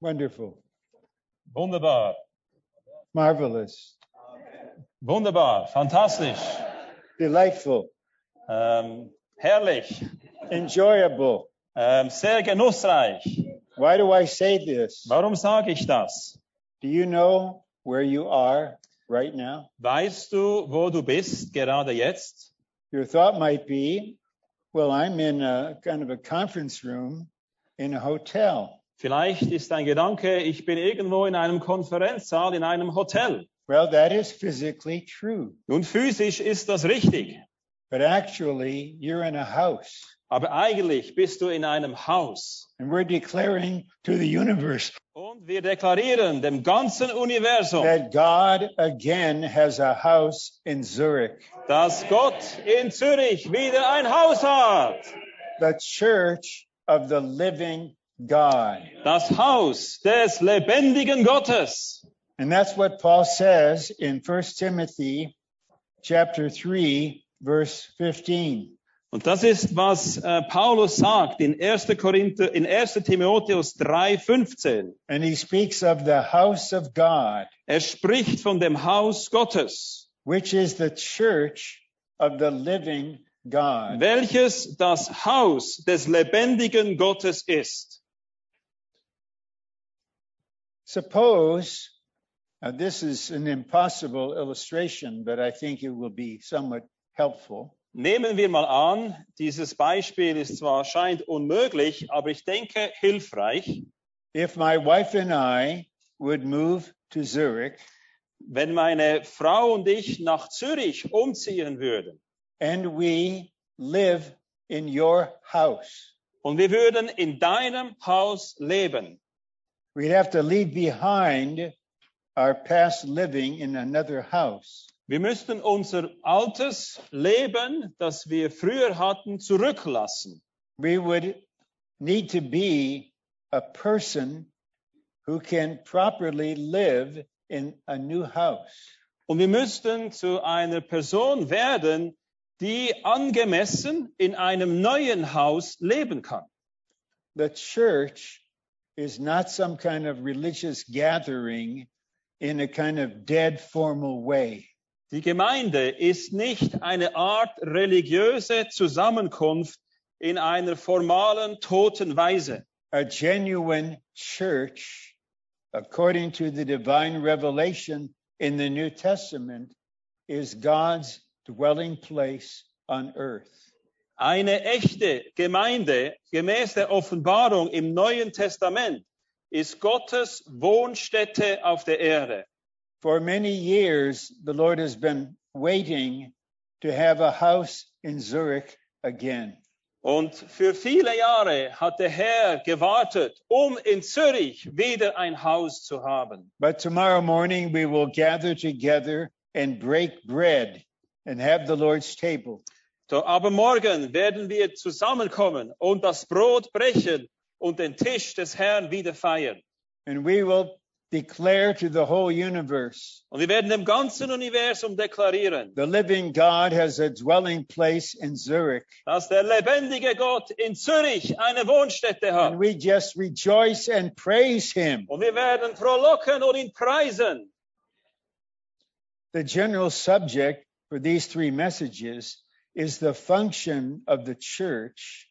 Wonderful. Wunderbar. Marvelous. Wunderbar. Fantastisch. Delightful. Ähm, herrlich. Enjoyable. Ähm, sehr genussreich. Why do I say this? Warum sage ich das? Do you know where you are right now? Weißt du, wo du bist gerade jetzt? Your thought might be, well, I'm in a kind of a conference room in a hotel. Vielleicht ist dein Gedanke, ich bin irgendwo in einem Konferenzsaal, in einem Hotel. Well, that is physically true, Nun, physisch ist das richtig. but actually, you're in a house. Aber eigentlich bist du in einem Haus. And we're declaring to the universe Und wir deklarieren dem ganzen Universum, that God again has a house in Zurich. dass Gott in Zürich wieder ein Haus hat. the church of the living God. Das Haus des lebendigen Gottes. And that's what Paul says in 1 Timothy chapter 3 verse 15. Und das ist, was äh, Paulus sagt in 1. Korinther, in 1. Timotheus 3,15. And he speaks of the house of God, Er spricht von dem Haus Gottes, which is the church of the living God. welches das Haus des lebendigen Gottes ist. Suppose now this is an impossible illustration, but I think it will be somewhat helpful. Nehmen wir mal an, dieses Beispiel ist zwar scheint unmöglich, aber ich denke hilfreich. If my wife and I would move to Zurich Wenn meine Frau und ich nach Zürich umziehen würden and we live in your house. und wir würden in deinem Haus leben, We'd have to leave behind our past living in another house. wir müssten unser altes Leben, das wir früher hatten, zurücklassen. We would need to be a person who can properly live in a new house. Und wir müssten zu einer Person werden, die angemessen in einem neuen Haus leben kann. The church is not some kind of religious gathering in a kind of dead formal way. Die Gemeinde ist nicht eine Art religiöse Zusammenkunft in einer formalen, toten Weise. a genuine church, according to the divine revelation in the New Testament, is God's dwelling place on earth. Eine echte Gemeinde gemäß der Offenbarung im Neuen Testament ist Gottes Wohnstätte auf der Erde. For many years, the Lord has been waiting to have a house in Zurich again. Und für viele Jahre hat der Herr gewartet, um in Zürich wieder ein Haus zu haben. But tomorrow morning, we will gather together and break bread and have the Lord's table. So, aber morgen werden wir zusammenkommen und das Brot brechen und den Tisch des Herrn wieder feiern. And we will declare to the whole universe Und wir werden dem ganzen Universum deklarieren, The living God has a dwelling place in Zurich, dass der lebendige Gott in Zürich eine Wohnstätte hat. and we just rejoice and praise Him. Und wir werden frohlocken und ihn preisen. The general subject for these three messages is the function of the church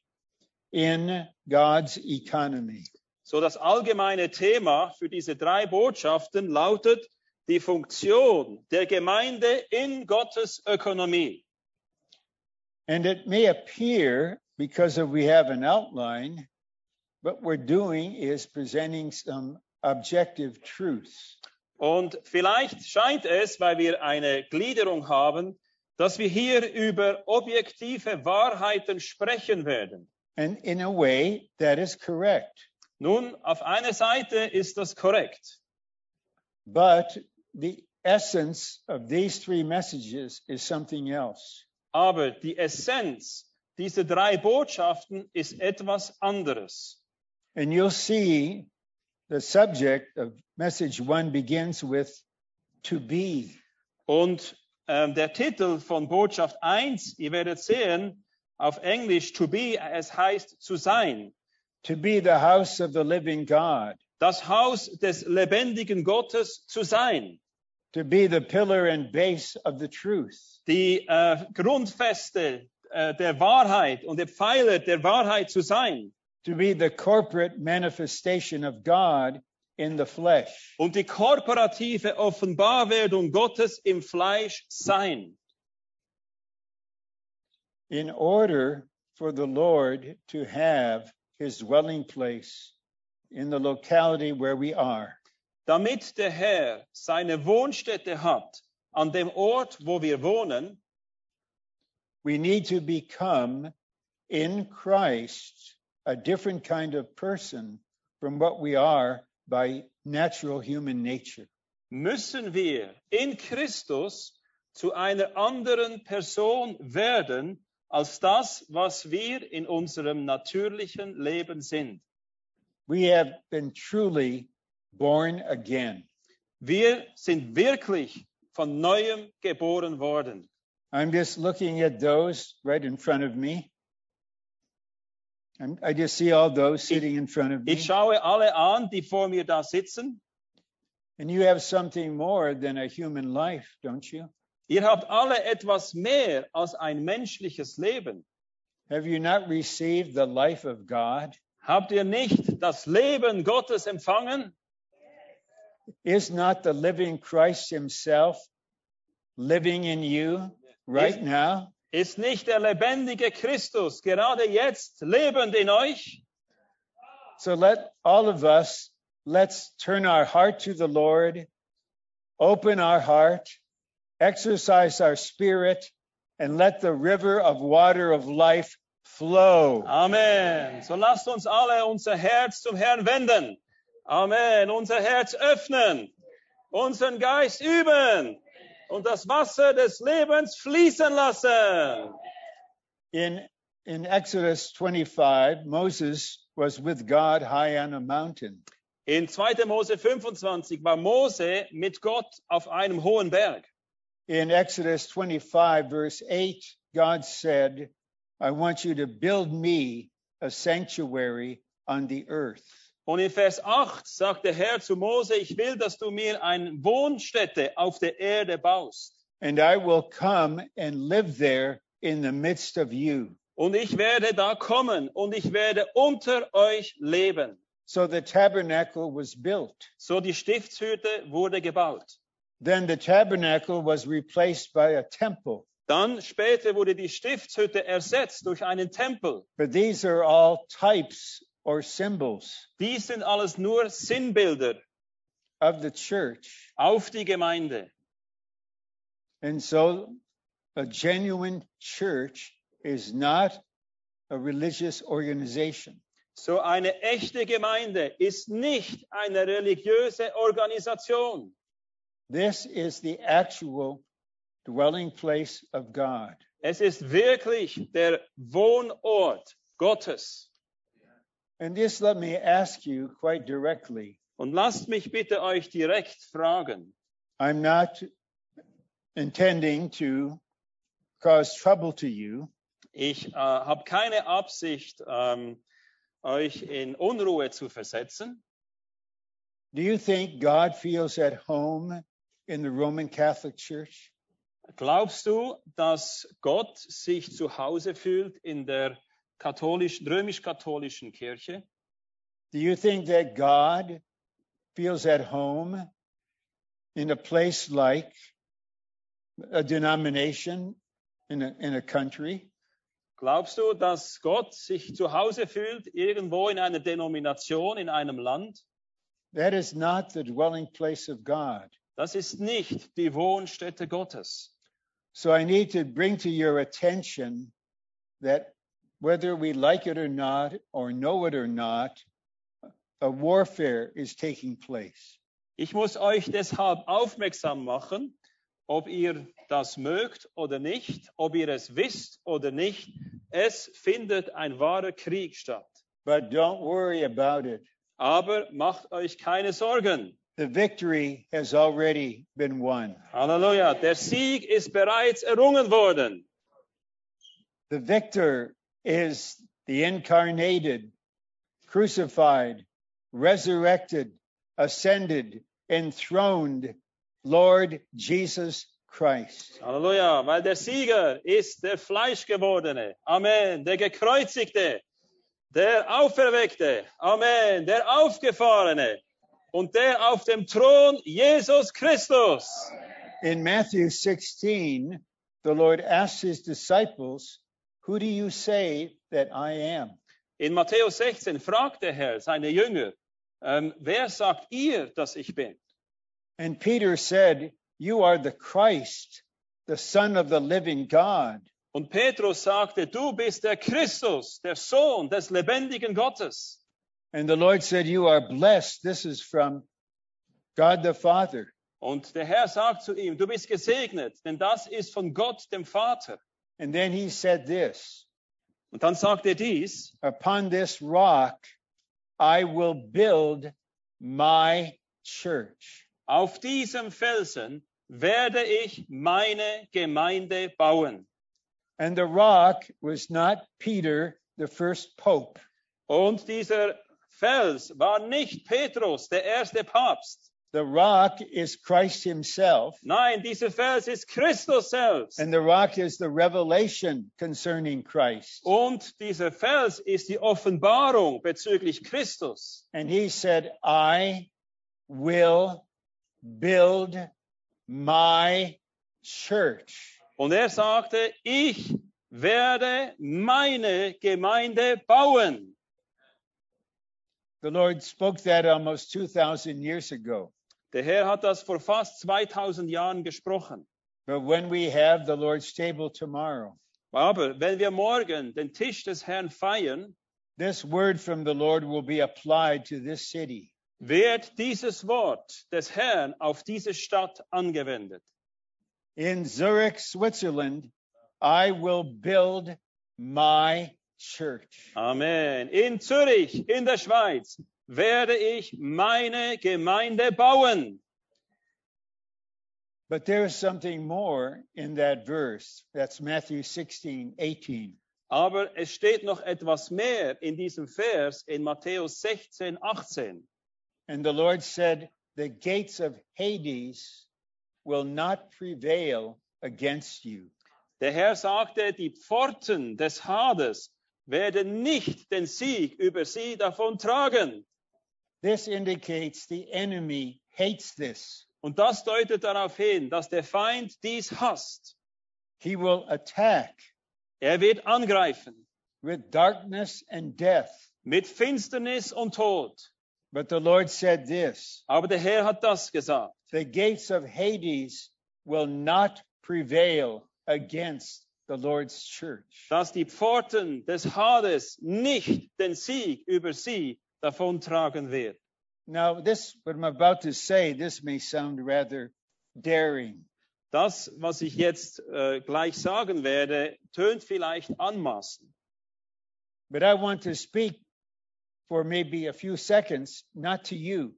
in God's economy. So das allgemeine Thema für diese drei Botschaften lautet die Funktion der Gemeinde in Gottes Ökonomie. And it may appear, because of we have an outline, what we're doing is presenting some objective truths. Und vielleicht scheint es, weil wir eine Gliederung haben, dass wir hier über objektive Wahrheiten sprechen werden. And in a way, that is correct. Nun, auf einer Seite ist das korrekt. But the essence of these three messages is something else. Aber die Essenz dieser drei Botschaften ist etwas anderes. And you'll see the subject of message one begins with to be. Und ähm, der Titel von Botschaft 1, ihr werdet sehen, auf Englisch to be, es heißt zu sein. to be the house of the living God, das Haus des lebendigen Gottes zu sein, to be the pillar and base of the truth, die äh, Grundfeste äh, der Wahrheit und der Pfeiler der Wahrheit zu sein to be the corporate manifestation of God in the flesh. und die korporative Offenbarwerdung Gottes im Fleisch sein. in order for the Lord to have his dwelling place in the locality where we are. damit der Herr seine Wohnstätte hat, an dem Ort, wo wir wohnen, We need to become in Christ a different kind of person from what we are by natural human nature. müssen wir in Christus zu einer anderen Person werden als das, was wir in unserem natürlichen Leben sind. We have been truly born again. Wir sind wirklich von neuem geboren worden. I'm just looking at those right in front of me. I'm, I just see all those sitting in front of me. Ich schaue alle an, die vor mir da sitzen. And you have something more than a human life, don't you? Ihr habt alle etwas mehr als ein menschliches Leben. Have you not received the life of God? Habt ihr nicht das Leben Gottes empfangen? Is not the living Christ himself living in you right Yes. now? Ist nicht der lebendige Christus gerade jetzt lebend in euch? So let all of us, let's turn our heart to the Lord, open our heart, exercise our spirit, and let the river of water of life flow. Amen. So lasst uns alle unser Herz zum Herrn wenden. Amen. Unser Herz öffnen, unseren Geist üben und das Wasser des Lebens fließen lassen. In, in Exodus 25, Moses was with God high on a mountain. In 2. Mose 25 war Mose mit Gott auf einem hohen Berg. In Exodus 25, verse 8, God said, I want you to build me a sanctuary on the earth. Und in Vers 8 sagt der Herr zu Mose, ich will, dass du mir eine Wohnstätte auf der Erde baust. And I will come and live there in the midst of you. Und ich werde da kommen und ich werde unter euch leben. So the tabernacle was built. So die Stiftshütte wurde gebaut. Then the tabernacle was replaced by a temple. Dann später wurde die Stiftshütte ersetzt durch einen Tempel. But these are all types or symbols Dies sind alles nur Sinnbilder of the church. auf die Gemeinde. And so a genuine church is not a religious organization. So eine echte Gemeinde ist nicht eine religiöse Organisation. This is the actual dwelling place of God. Es ist wirklich der Wohnort Gottes. And this let me ask you quite directly. Und lasst mich bitte euch direkt fragen. I'm not intending to cause trouble to you, Ich äh, habe keine Absicht, ähm, euch in Unruhe zu versetzen. do you think God feels at home in the Roman Catholic Church? Glaubst du, dass Gott sich zu Hause fühlt in der katholischen, römisch-katholischen Kirche? Do you think that God feels at home in a place like a denomination in a, in a country? Glaubst du, dass Gott sich zu Hause fühlt irgendwo in einer Denomination, in einem Land? That is not the dwelling place of God. Das ist nicht die Wohnstätte Gottes. So I need to bring to your attention that whether we like it or not, or know it or not, a warfare is taking place. Ich muss euch deshalb aufmerksam machen, ob ihr das mögt oder nicht, ob ihr es wisst oder nicht. Es findet ein wahrer Krieg statt. But don't worry about it. Aber macht euch keine Sorgen. The victory has already been won. Halleluja. Der Sieg ist bereits errungen worden. The victor is the incarnated crucified, resurrected, ascended, enthroned, Lord Jesus Christ. Halleluja, weil der Sieger ist der Fleischgewordene. Amen. Der Gekreuzigte, der Auferweckte. Amen. Der Aufgefahrene und der auf dem Thron Jesus Christus. In Matthew 16, the Lord asks his disciples, Who do you say that I am? In Matthäus 16 fragt der Herr seine Jünger, ähm, wer sagt ihr, dass ich bin? And Peter said, You are the Christ, the Son of the living God. Und Petrus sagte, du bist der Christus, der Sohn des lebendigen Gottes. And the Lord said, You are blessed. This is from God the Father. Und der Herr sagt zu ihm, du bist gesegnet, denn das ist von Gott, dem Vater. And then he said this Und dann sagt er dies, Upon this rock I will build my church, auf diesem Felsen werde ich meine Gemeinde bauen. and the rock was not Peter, the first pope. Und dieser Fels war nicht Petrus, der erste Papst. The rock is Christ himself, Nein, dieser Fels ist Christus selbst. and the rock is the revelation concerning Christ. Und dieser Fels ist die Offenbarung bezüglich Christus. And he said, I will build my church. Und er sagte, ich werde meine Gemeinde bauen. The Lord spoke that almost 2,000 years ago. Der Herr hat das vor fast 2000 Jahren gesprochen. But when we have the Lord's table tomorrow, Aber wenn wir morgen den Tisch des Herrn feiern, this word from the Lord will be applied to this city. wird dieses Wort des Herrn auf diese Stadt angewendet. In Zurich, Switzerland, I will build my church. Amen. In Zürich, in der Schweiz, werde ich meine Gemeinde bauen. But there is something more in that verse. That's Matthew 16, 18. Aber es steht noch etwas mehr in diesem Vers in Matthäus 16, 18. And the Lord said, The gates of Hades will not prevail against you. Der Herr sagte, die Pforten des Hades werden nicht den Sieg über sie davontragen. This indicates the enemy hates this. Und das deutet darauf hin, dass der Feind dies hasst. He will attack Er wird angreifen with darkness and death. mit Finsternis und Tod. But the Lord said this Aber der Herr hat das gesagt. the gates of Hades will not prevail against the Lord's church. dass die Pforten des Hades nicht den Sieg über sie davontragen wird. Now, this, what I'm about to say, this may sound rather daring. Das, was ich jetzt äh, gleich sagen werde, tönt vielleicht anmaßend. But I want to speak for maybe a few seconds, not to you,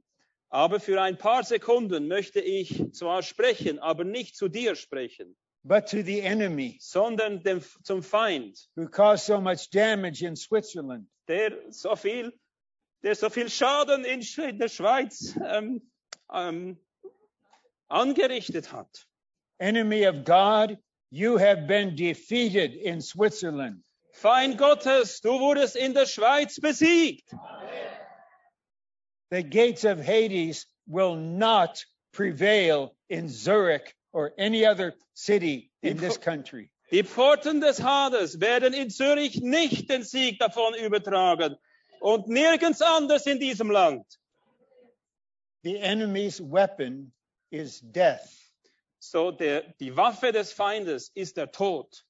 Aber für ein paar Sekunden möchte ich zwar sprechen, aber nicht zu dir sprechen, but to the enemy sondern dem, zum Feind, who caused so much damage in Switzerland. der so viel, der so viel Schaden in, Sch- in der Schweiz ähm, ähm, angerichtet hat. Enemy of God, you have been defeated in Switzerland. Feind Gottes, du wurdest in der Schweiz besiegt. The gates of Hades will not prevail in Zurich or any other city in this country. Die Pforten des Hades werden in Zürich nicht den Sieg davon übertragen und nirgends anders in diesem Land. The enemy's weapon is death. So der, die Waffe des Feindes ist der Tod.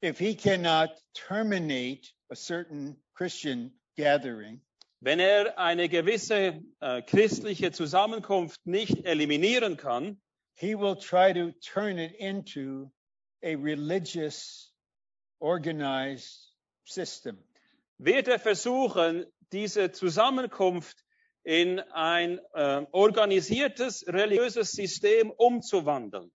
If he cannot terminate a certain Christian gathering, Wenn er eine gewisse äh, christliche Zusammenkunft nicht eliminieren kann, he will try to turn it into a religious, organized system. wird er versuchen, diese Zusammenkunft in ein äh, organisiertes religiöses System umzuwandeln.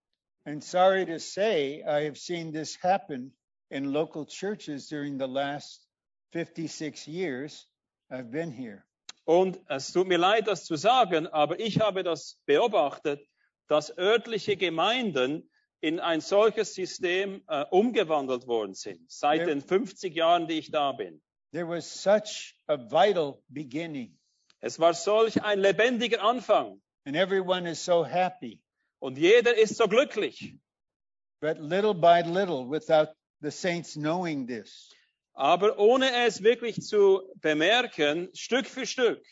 And sorry to say, I have seen this happen in local churches during the last 56 years. I've been here. Und es tut mir leid, das zu sagen, aber ich habe das beobachtet, dass örtliche Gemeinden in ein solches System äh, umgewandelt worden sind, seit Ja. den 50 Jahren, die ich da bin. There was such a vital beginning, Es war solch ein lebendiger Anfang and everyone is so happy. und jeder ist so glücklich. But little by little, without the saints knowing this, Aber ohne es wirklich zu bemerken, Stück für Stück,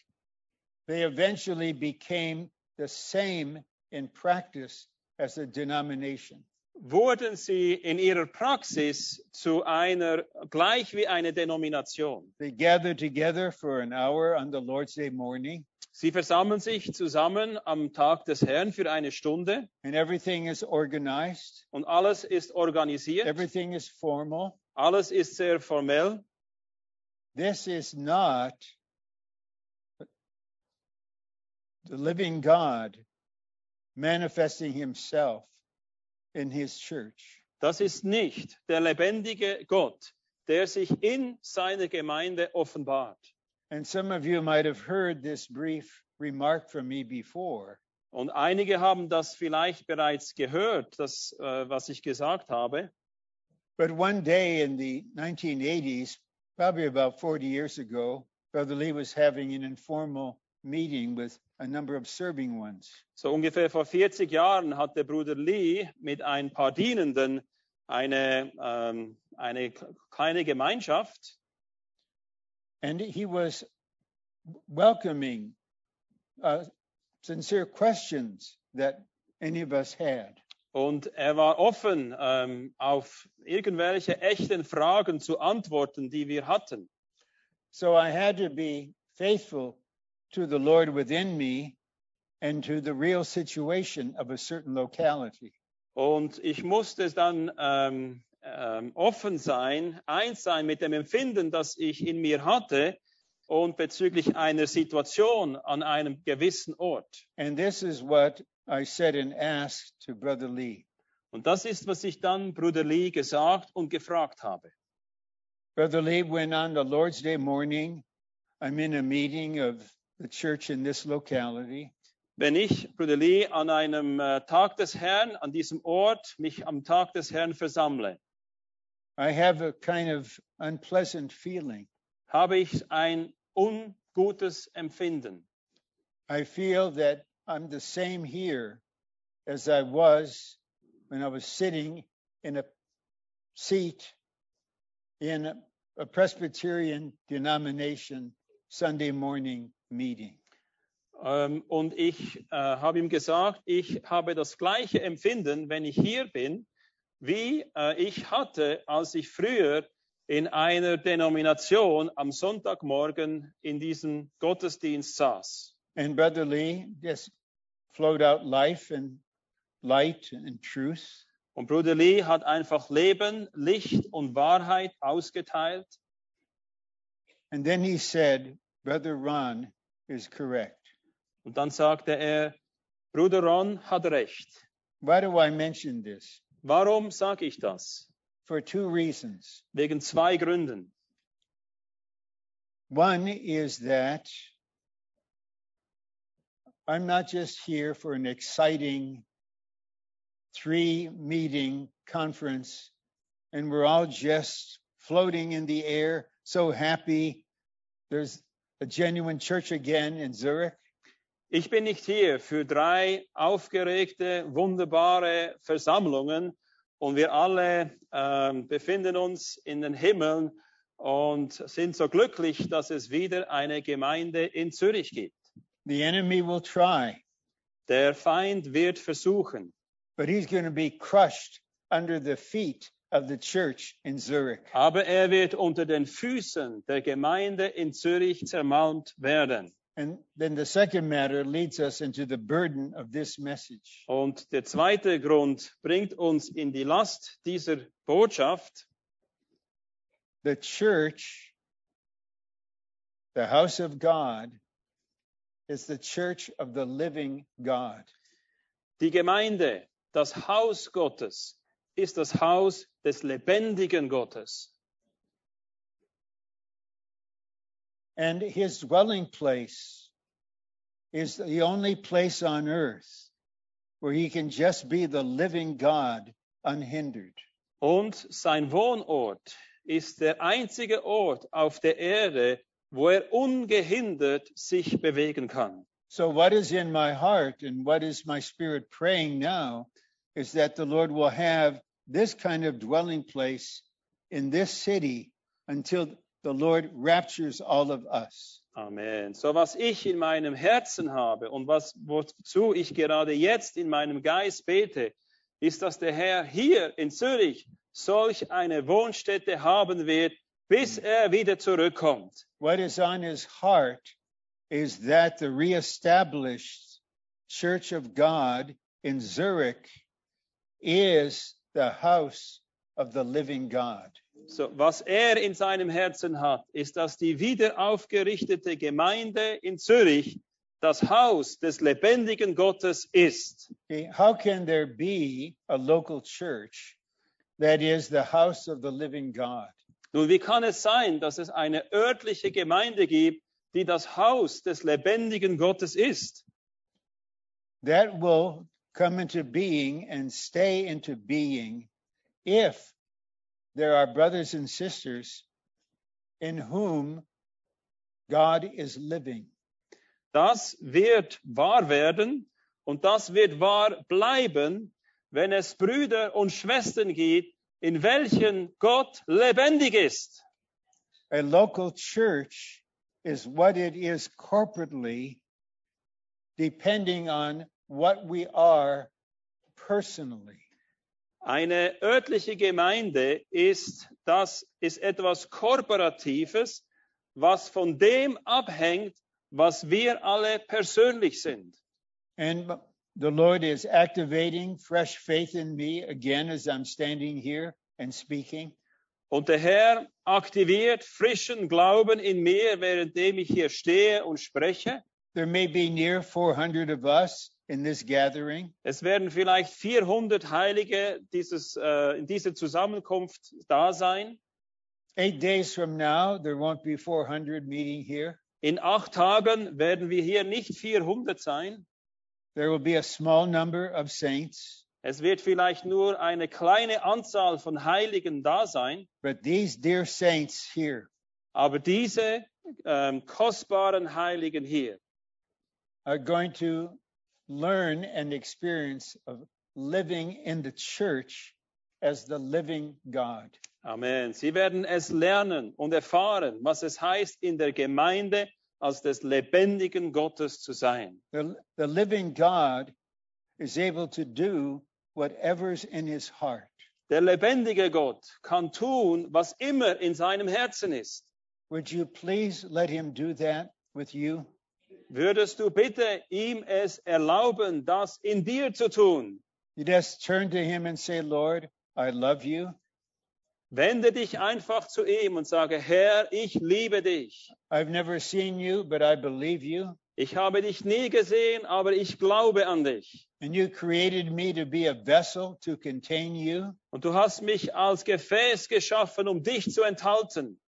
they eventually became the same in practice as a denomination. wurden sie in ihrer Praxis zu einer, gleich wie eine Denomination. They gather together for an hour on the Lord's Day morning, Sie versammeln sich zusammen am Tag des Herrn für eine Stunde and everything is organized, und alles ist organisiert, everything is formal. alles ist sehr formell. This is not the living God manifesting himself in his church. Das ist nicht der lebendige Gott, der sich in seiner Gemeinde offenbart. And some of you might have heard this brief remark from me before. Und einige haben das vielleicht bereits gehört, das, äh, was ich gesagt habe. But one day in the 1980s, probably about 40 years ago, Brother Lee was having an informal meeting with a number of serving ones. So ungefähr vor 40 Jahren hat der Bruder Lee mit ein paar Dienenden eine, ähm, eine k- kleine Gemeinschaft And he was welcoming uh, sincere questions that any of us had. und er war offen, ähm, auf irgendwelche echten Fragen zu antworten, die wir hatten. So I had to be faithful to the Lord within me and to the real situation of a certain locality. Und ich musste dann ähm, ähm, offen sein, eins sein mit dem Empfinden, das ich in mir hatte und bezüglich einer Situation an einem gewissen Ort. And this is what I said and asked to Brother Lee. Und das ist, was ich dann Bruder Lee gesagt und gefragt habe. Brother Lee, when on the Lord's Day morning, I'm in a meeting of the church in this locality, Wenn ich, Bruder Lee, an einem äh, Tag des Herrn, an diesem Ort, mich am Tag des Herrn versammle, I have a kind of unpleasant feeling. habe ich ein ungutes Empfinden. I feel that I'm the same here as I was when I was sitting in a seat in a- a Presbyterian denomination Sunday morning meeting. Ähm, und ich äh, habe ihm gesagt, ich habe das gleiche Empfinden, wenn ich hier bin, wie äh, ich hatte, als ich früher in einer Denomination am Sonntagmorgen in diesem Gottesdienst saß. And Brother Lee just flowed out life and light and truth. Und Bruder Lee hat einfach Leben, Licht und Wahrheit ausgeteilt. And then he said, Brother Ron is correct. Und dann sagte er, Bruder Ron hat recht. Why do I mention this? Warum sage ich das? For two reasons. Wegen zwei Gründen. One is that I'm not just here for an exciting three meeting conference and we're all just floating in the air, so happy. There's a genuine church again in Zurich. Ich bin nicht hier für drei aufgeregte, wunderbare Versammlungen und wir alle ähm, befinden uns in den Himmeln und sind so glücklich, dass es wieder eine Gemeinde in Zürich gibt. The enemy will try, Der Feind wird versuchen, but he's going to be crushed under the feet of the church in Zurich. aber er wird unter den Füßen der Gemeinde in Zürich zermalmt werden. And then the second matter leads us into the burden of this message. Und der zweite Grund bringt uns in die Last dieser Botschaft. The church, the house of God, is the church of the living God. Die Gemeinde, das Haus Gottes, ist das Haus des lebendigen Gottes. and his dwelling place is the only place on earth where he can just be the living God unhindered. Und sein Wohnort ist der einzige Ort auf der Erde, wo er ungehindert sich bewegen kann. So, what is in my heart and what is my spirit praying now is that the Lord will have this kind of dwelling place in this city until the Lord raptures all of us. Amen. So was ich in meinem Herzen habe und was, wozu ich gerade jetzt in meinem Geist bete, ist, dass der Herr hier in Zürich solch eine Wohnstätte haben wird, bis er wieder zurückkommt. What is on his heart is that the reestablished Church of God in Zurich is the house of the living God. So, was er in seinem Herzen hat, ist, dass die wieder aufgerichtete Gemeinde in Zürich das Haus des lebendigen Gottes ist. Okay, How can there be a local church that is the house of the living God? Nun, wie kann es sein, dass es eine örtliche Gemeinde gibt, die das Haus des lebendigen Gottes ist? that will come into being and stay into being if there are brothers and sisters in whom God is living. Das wird wahr werden und das wird wahr bleiben, wenn es Brüder und Schwestern gibt, in welchen Gott lebendig ist. A local church is what it is corporately, depending on what we are personally. Eine örtliche Gemeinde ist das ist etwas korporatives, was von dem abhängt, was wir alle persönlich sind. And the Lord is activating fresh faith in me again as I'm standing here and speaking. Und der Herr aktiviert frischen Glauben in mir, währenddem ich hier stehe und spreche. There may be near 400 of us in this gathering, Es werden vielleicht 400 Heilige dieses, äh, in dieser Zusammenkunft da sein. Eight days from now, there won't be 400 meeting here. In acht Tagen werden wir hier nicht 400 sein. There will be a small number of saints, Es wird vielleicht nur eine kleine Anzahl von Heiligen da sein. but these dear saints here, Aber diese ähm, kostbaren Heiligen hier are going to learn and experience of living in the church as the living God. Amen. Sie werden es lernen und erfahren, was es heißt, in der Gemeinde als des lebendigen Gottes zu sein. The, the living God is able to do whatever's in his heart. Der lebendige Gott kann tun, was immer in seinem Herzen ist. Would you please let him do that with you? Würdest du bitte ihm es erlauben, das in dir zu tun? You just turn to him and say, Lord, I love you. Wende dich einfach zu ihm und sage, Herr, ich liebe dich. I've never seen you, but I believe you. Ich habe dich nie gesehen, aber ich glaube an dich. And you created me to be a vessel to contain you. Und du hast mich als Gefäß geschaffen, um dich zu enthalten.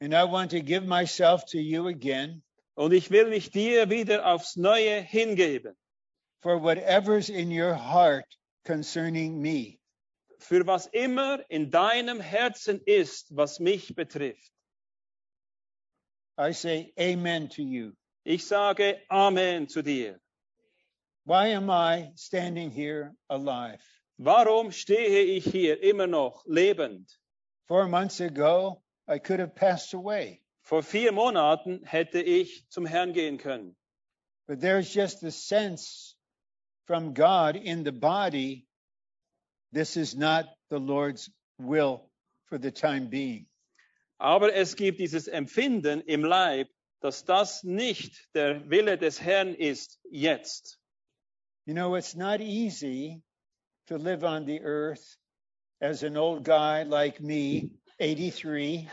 And I want to give myself to you again Und ich will mich dir wieder aufs Neue hingeben, for whatever's in your heart concerning me. für was immer in deinem Herzen ist, was mich betrifft. I say amen to you. Ich sage Amen zu dir. Why am I standing here alive? Warum stehe ich hier immer noch lebend? Four months ago, I could have passed away, Vor vier Monaten hätte ich zum Herrn gehen können. but there's just a sense from God in the body this is not the Lord's will for the time being. Aber es gibt dieses Empfinden im Leib, dass das nicht der Wille des Herrn ist jetzt. You know, it's not easy to live on the earth as an old guy like me, 83,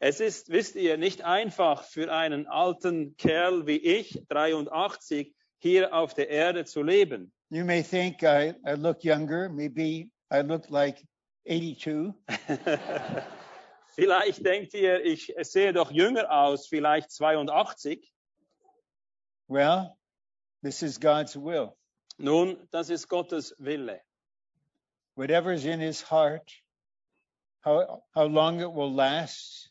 Es ist, wisst ihr, nicht einfach für einen alten Kerl wie ich, 83, hier auf der Erde zu leben. You may think I, I look younger. Maybe I look like 82. Vielleicht denkt ihr, ich sehe doch jünger aus, vielleicht 82. Well, this is God's will. Nun, das ist Gottes Wille. Whatever's in his heart, how, how long it will last,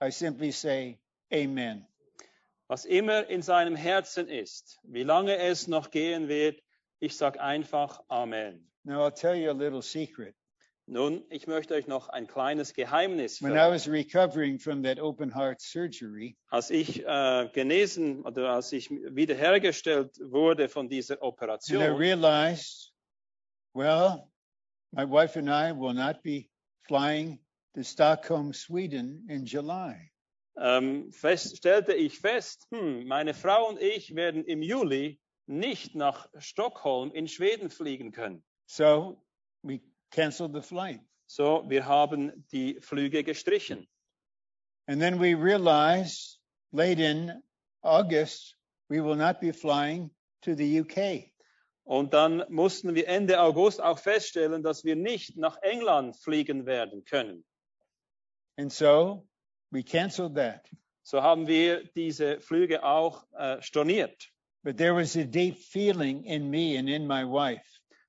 I simply say, Amen. Was immer in seinem Herzen ist, wie lange es noch gehen wird, ich sage einfach Amen. Now, I'll tell you a little secret. Nun, ich möchte euch noch ein kleines Geheimnis When I verraten. was recovering from that open heart surgery, Als ich äh, genesen oder als ich wiederhergestellt wurde von dieser and I Operation, realized, well, my wife and I will not be flying to Stockholm, Sweden in July. ähm, fest, stellte ich fest, hm, meine Frau und ich werden im Juli nicht nach Stockholm in Schweden fliegen können. So we canceled the flight. So, wir haben die Flüge gestrichen. And then we realized late in August, we will not be flying to the UK. Und dann mussten wir Ende August auch feststellen, dass wir nicht nach England fliegen werden können. And so we canceled that. So haben wir diese Flüge auch äh, storniert. But there was a deep feeling in me and in my wife.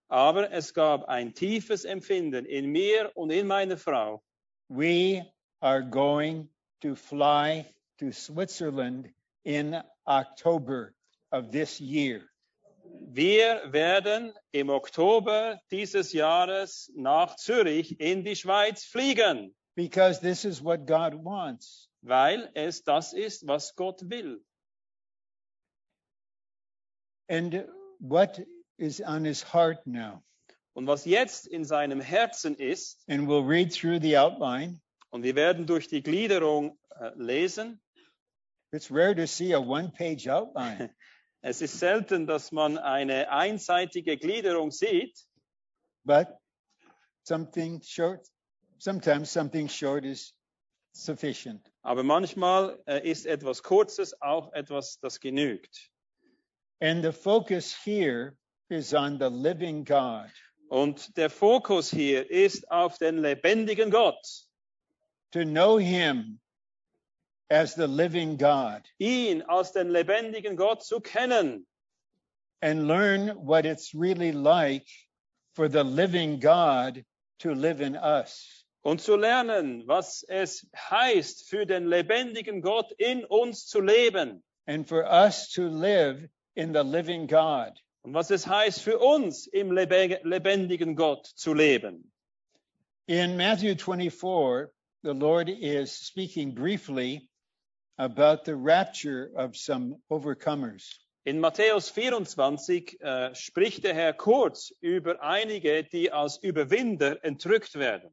Aber es gab ein tiefes Empfinden in mir und in meiner Frau. We are going to fly to Switzerland in October of this year. Wir werden im Oktober dieses Jahres nach Zürich in die Schweiz fliegen, because this is what God wants. weil es das ist, was Gott will. And what is on his heart now? Und was jetzt in seinem Herzen ist, And we'll read through the outline. und wir werden durch die Gliederung äh, lesen, It's rare to see a one page outline. Es ist selten, dass man eine einseitige Gliederung sieht, but something short, sometimes something short is sufficient. aber manchmal äh, ist etwas Kurzes auch etwas, das genügt. And the focus here is on the living God. Und der Fokus hier ist auf den lebendigen Gott, To know him as the living God ihn als den lebendigen Gott zu kennen and learn what it's really like for the living God to live in us. und zu lernen, was es heißt, für den lebendigen Gott in uns zu leben and for us to live in the living God. und was es heißt, für uns im lebe- lebendigen Gott zu leben. In Matthew 24, the Lord is speaking briefly about the rapture of some overcomers. In Matthäus 24 äh, spricht der Herr kurz über einige, die als Überwinder entrückt werden.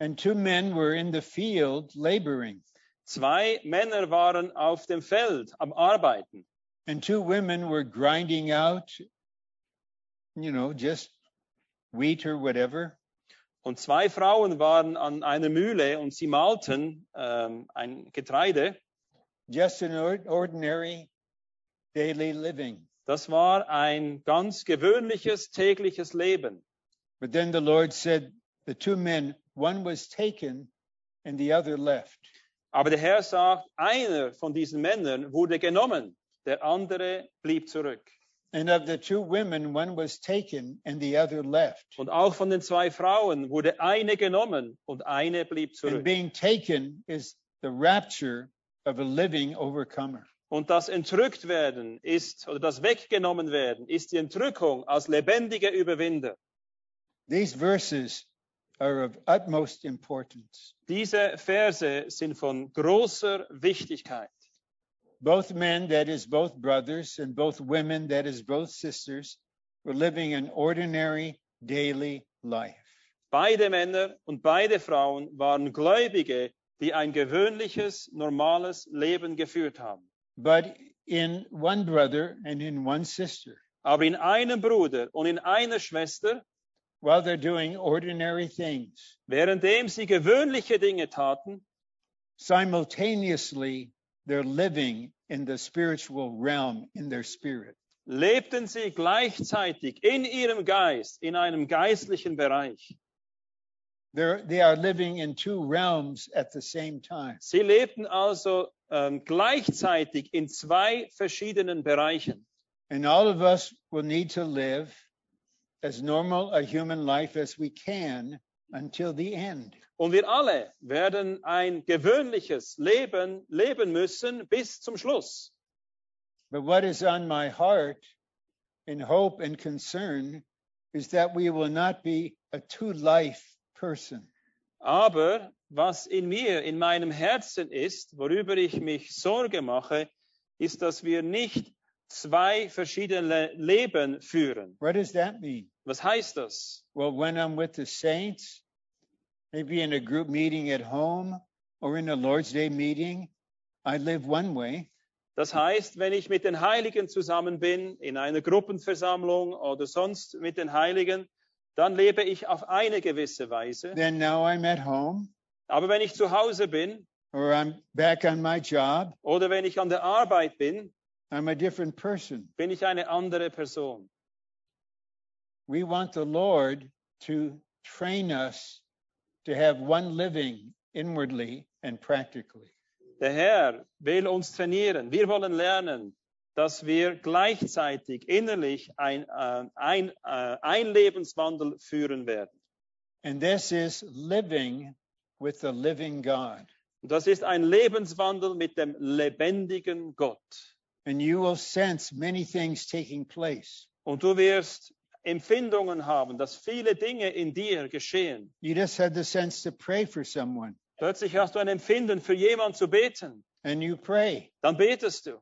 And two men were in the field laboring, Zwei Männer waren auf dem Feld am Arbeiten and two women were grinding out, you know, just wheat or whatever. und zwei Frauen waren an einer Mühle und sie mahlten ähm, ein Getreide. Just an or- ordinary daily living. Das war ein ganz gewöhnliches tägliches Leben. But then the Lord said, The two men, one was taken and the other left. Aber der Herr sagt, einer von diesen Männern wurde genommen, der andere blieb zurück. And of the two women, one was taken and the other left. Und auch von den zwei Frauen wurde eine genommen und eine blieb And zurück. being taken is the rapture of a living overcomer. Und das entrückt werden ist, oder das weggenommen werden, ist die Entrückung als lebendiger Überwinder. These verses are of utmost importance. Diese Verse sind von großer Wichtigkeit. Both men, that is, both brothers, and both women, that is, both sisters, were living an ordinary daily life. Beide Männer und beide Frauen waren Gläubige, die ein gewöhnliches, normales Leben geführt haben. But in one brother and in one sister, Aber in einem Bruder und in einer Schwester, while they're doing ordinary things, währenddem sie gewöhnliche Dinge taten, simultaneously they're living in the spiritual realm in their spirit lebten sie gleichzeitig in ihrem Geist, in einem geistlichen Bereich. They're, they are living in two realms at the same time. Sie lebten also ähm, gleichzeitig in zwei verschiedenen Bereichen. And all of us will need to live as normal a human life as we can until the end. Und wir alle werden ein gewöhnliches Leben leben müssen bis zum Schluss. But what is on my heart in hope and concern is that we will not be a two life person. Aber was in mir, in meinem Herzen ist, worüber ich mich Sorge mache, ist, dass wir nicht zwei verschiedene Leben führen. What does that mean? Was heißt das? Well, when I'm with the saints, maybe in a group meeting at home or in a Lord's Day meeting, I live one way. Das heißt, wenn ich mit den Heiligen zusammen bin, in einer Gruppenversammlung oder sonst mit den Heiligen, dann lebe ich auf eine gewisse Weise. Then now I'm at home Aber wenn ich zu Hause bin or I'm back on my job, oder wenn ich an der Arbeit bin, I'm a different person. bin ich eine andere Person. We want the Lord to train us to have one living inwardly and practically. Der Herr will uns trainieren. Wir wollen lernen, dass wir gleichzeitig innerlich ein, äh, ein, äh, ein Lebenswandel führen werden. And this is living with the living God. Und das ist ein Lebenswandel mit dem lebendigen Gott. And you will sense many things taking place. Und du wirst Empfindungen haben, dass viele Dinge in dir geschehen. You just had the sense to pray for someone, Plötzlich hast du ein Empfinden, für jemanden zu beten. and you pray Dann betest du,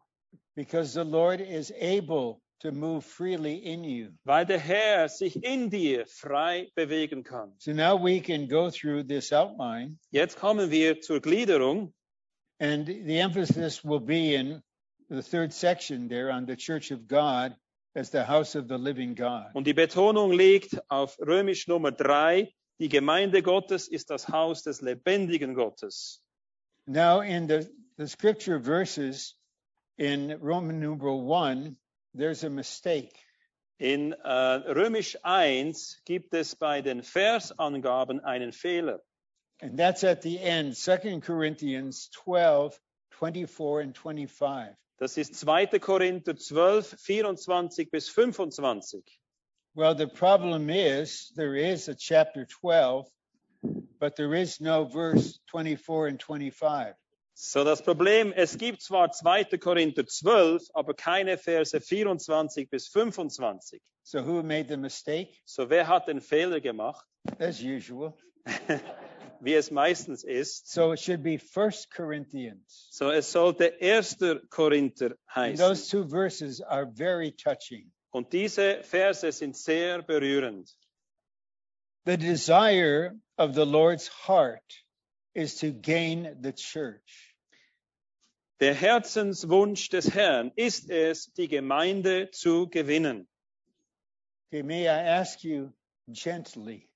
because the Lord is able to move freely in you. weil der Herr sich in dir frei bewegen kann. So now we can go through this outline, Jetzt kommen wir zur Gliederung. and the emphasis will be in the third section there on the church of God as the house of the living God. Und die Betonung liegt auf Römisch Nummer drei. Die Gemeinde Gottes ist das Haus des lebendigen Gottes. Now, in the, the scripture verses in Roman numeral one, there's a mistake. In äh, Römisch 1 gibt es bei den Versangaben einen Fehler. And that's at the end, 2 Corinthians 12, 24 and 25. Das ist 2. Korinther 12, 24 bis 25. Well, the problem is there is a chapter 12, but there is no verse 24 and 25. So, das Problem, es gibt zwar 2. Korinther 12, aber keine Verse 24 bis 25. So who made the mistake? So, wer hat den Fehler gemacht? As usual. Wie es meistens ist. So it should be 1 Corinthians. So, es sollte 1. Korinther And heißen. those two verses are very touching. Und diese Verse sind sehr berührend. The desire of the Lord's heart is to gain the church. Der Herzenswunsch des Herrn ist es, die Gemeinde zu gewinnen. Okay, may I ask you gently,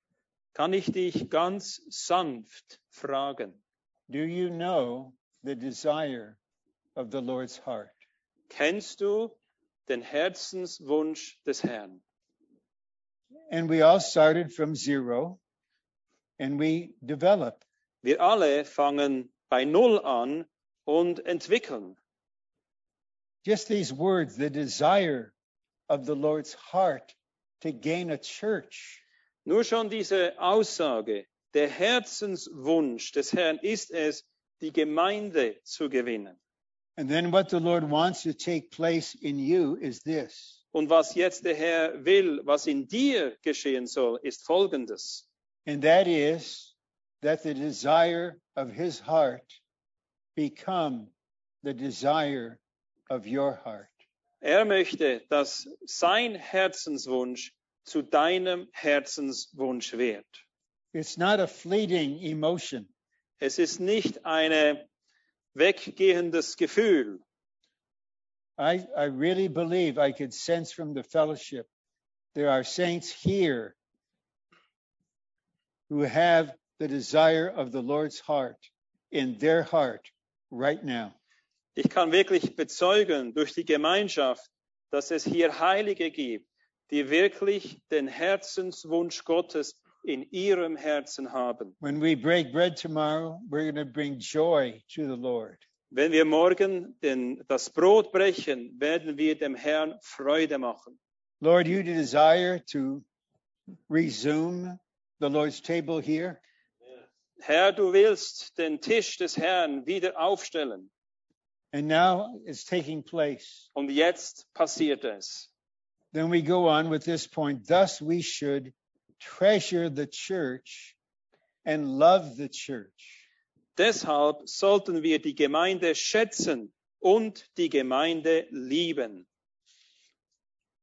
Kann ich dich ganz sanft fragen? do you know the desire of the Lord's heart? Kennst du den Herzenswunsch des Herrn? And we all started from zero and we develop. Wir alle fangen bei Null an und entwickeln. Just these words, the desire of the Lord's heart to gain a church. Nur schon diese Aussage, der Herzenswunsch des Herrn ist es, die Gemeinde zu gewinnen. And then what the Lord wants to take place in you is this Und was jetzt der Herr will, was in dir geschehen soll, ist Folgendes. and that is that the desire of his heart become the desire of your heart. Er möchte, dass sein Herzenswunsch zu deinem Herzenswunsch wird. It's not a fleeting emotion. Es ist nicht ein weggehendes Gefühl. I, I really believe I could sense from the fellowship there are saints here who have the desire of the Lord's heart in their heart right now. Ich kann wirklich bezeugen durch die Gemeinschaft, dass es hier Heilige gibt, die wirklich den Herzenswunsch Gottes in ihrem Herzen haben. When we break bread tomorrow, we're going to bring joy to the Lord. Wenn wir morgen den, das Brot brechen, werden wir dem Herrn Freude machen. Lord, you desire to resume the Lord's table here. Herr, du willst den Tisch des Herrn wieder aufstellen. And now it's taking place. Und jetzt passiert es. Then we go on with this point. Thus, we should treasure the church and love the church. Deshalb sollten wir die Gemeinde schätzen und die Gemeinde lieben.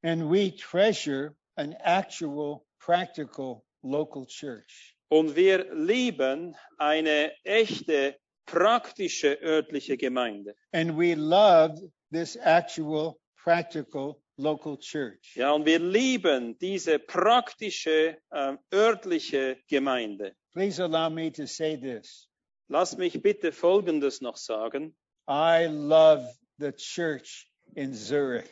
And we treasure an actual, practical local church. Und wir lieben eine echte, praktische örtliche Gemeinde. And we love this actual, practical local church. Ja, und wir lieben diese praktische, äh, örtliche Gemeinde. Please allow me to say this Lass mich bitte Folgendes noch sagen. I love the church in Zurich.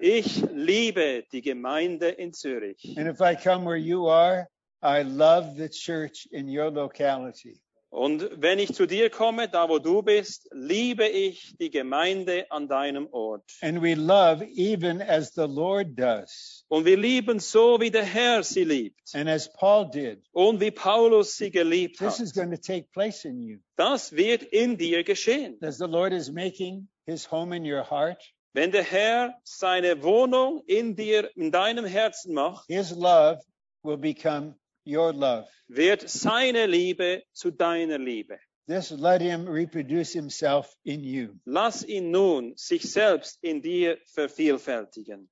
Ich liebe die Gemeinde in Zürich. And if I come where you are, I love the church in your locality. Und wenn ich zu dir komme, da wo du bist, liebe ich die Gemeinde an deinem Ort. And we love even as the Lord does, Und wir lieben so, wie der Herr sie liebt and as Paul did. und wie Paulus sie geliebt This hat. is going to take place in you. Das wird in dir geschehen. As the Lord is making his home in your heart, Wenn der Herr seine Wohnung in dir, in deinem Herzen macht, his love will become your love. wird seine Liebe zu deiner Liebe. This let him reproduce himself in you. Lass ihn nun sich selbst in dir vervielfältigen.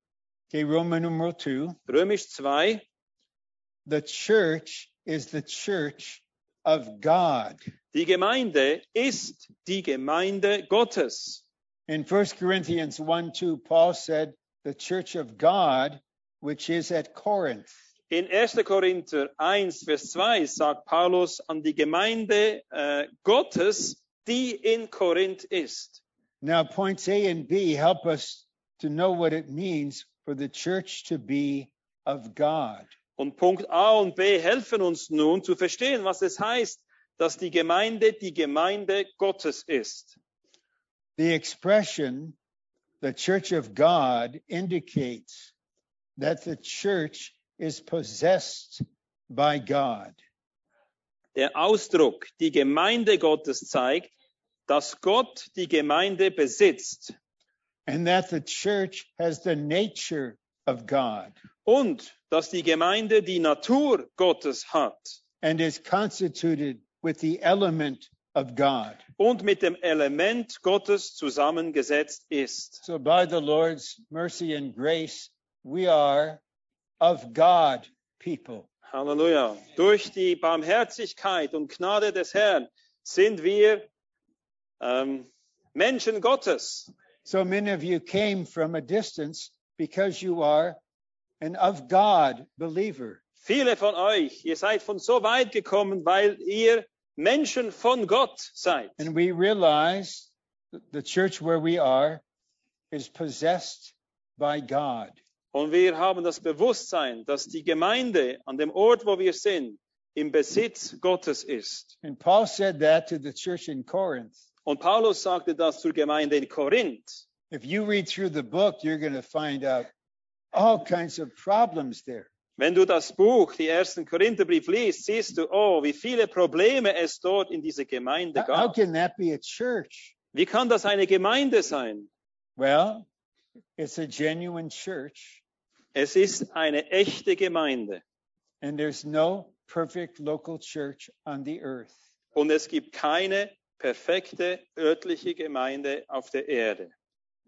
Okay, Roman numeral two. Römisch 2, The church is the church of God. Die Gemeinde ist die Gemeinde Gottes. In 1 Corinthians 1 2, Paul said, The church of God, which is at Corinth. In 1. Korinther 1, Vers 2 sagt Paulus an die Gemeinde äh, Gottes, die in Korinth ist. Now, points A and B help us to know what it means for the church to be of God. Und Punkt A und B helfen uns nun zu verstehen, was es heißt, dass die Gemeinde die Gemeinde Gottes ist. The expression, the church of God, indicates that the church is possessed by God. Der Ausdruck, die Gemeinde Gottes zeigt, dass Gott die Gemeinde besitzt and that the church has the nature of God und dass die Gemeinde die Natur Gottes hat. and is constituted with the element of God. und mit dem Element Gottes zusammengesetzt ist. So, by the Lord's mercy and grace, we are of God people. Halleluja. Durch die Barmherzigkeit und Gnade des Herrn sind wir ähm, Menschen Gottes. So many of you came from a distance because you are an of God believer. Viele von euch, ihr seid von so weit gekommen, weil ihr Menschen von Gott seid. And we realize that the church where we are is possessed by God. Und wir haben das Bewusstsein, dass die Gemeinde an dem Ort, wo wir sind, im Besitz Gottes ist. And Paul said that to the church in Corinth. Und Paulus sagte das zur Gemeinde in Korinth. If you read through the book, you're going to find out all kinds of problems there. Wenn du das Buch, die ersten Korintherbrief liest, siehst du, oh, wie viele Probleme es dort in dieser Gemeinde How- How gab. can that be a church? Wie kann das eine Gemeinde sein? Well, it's a genuine church, Es ist eine echte Gemeinde and there's no perfect local church on the earth. und es gibt keine perfekte örtliche Gemeinde auf der Erde,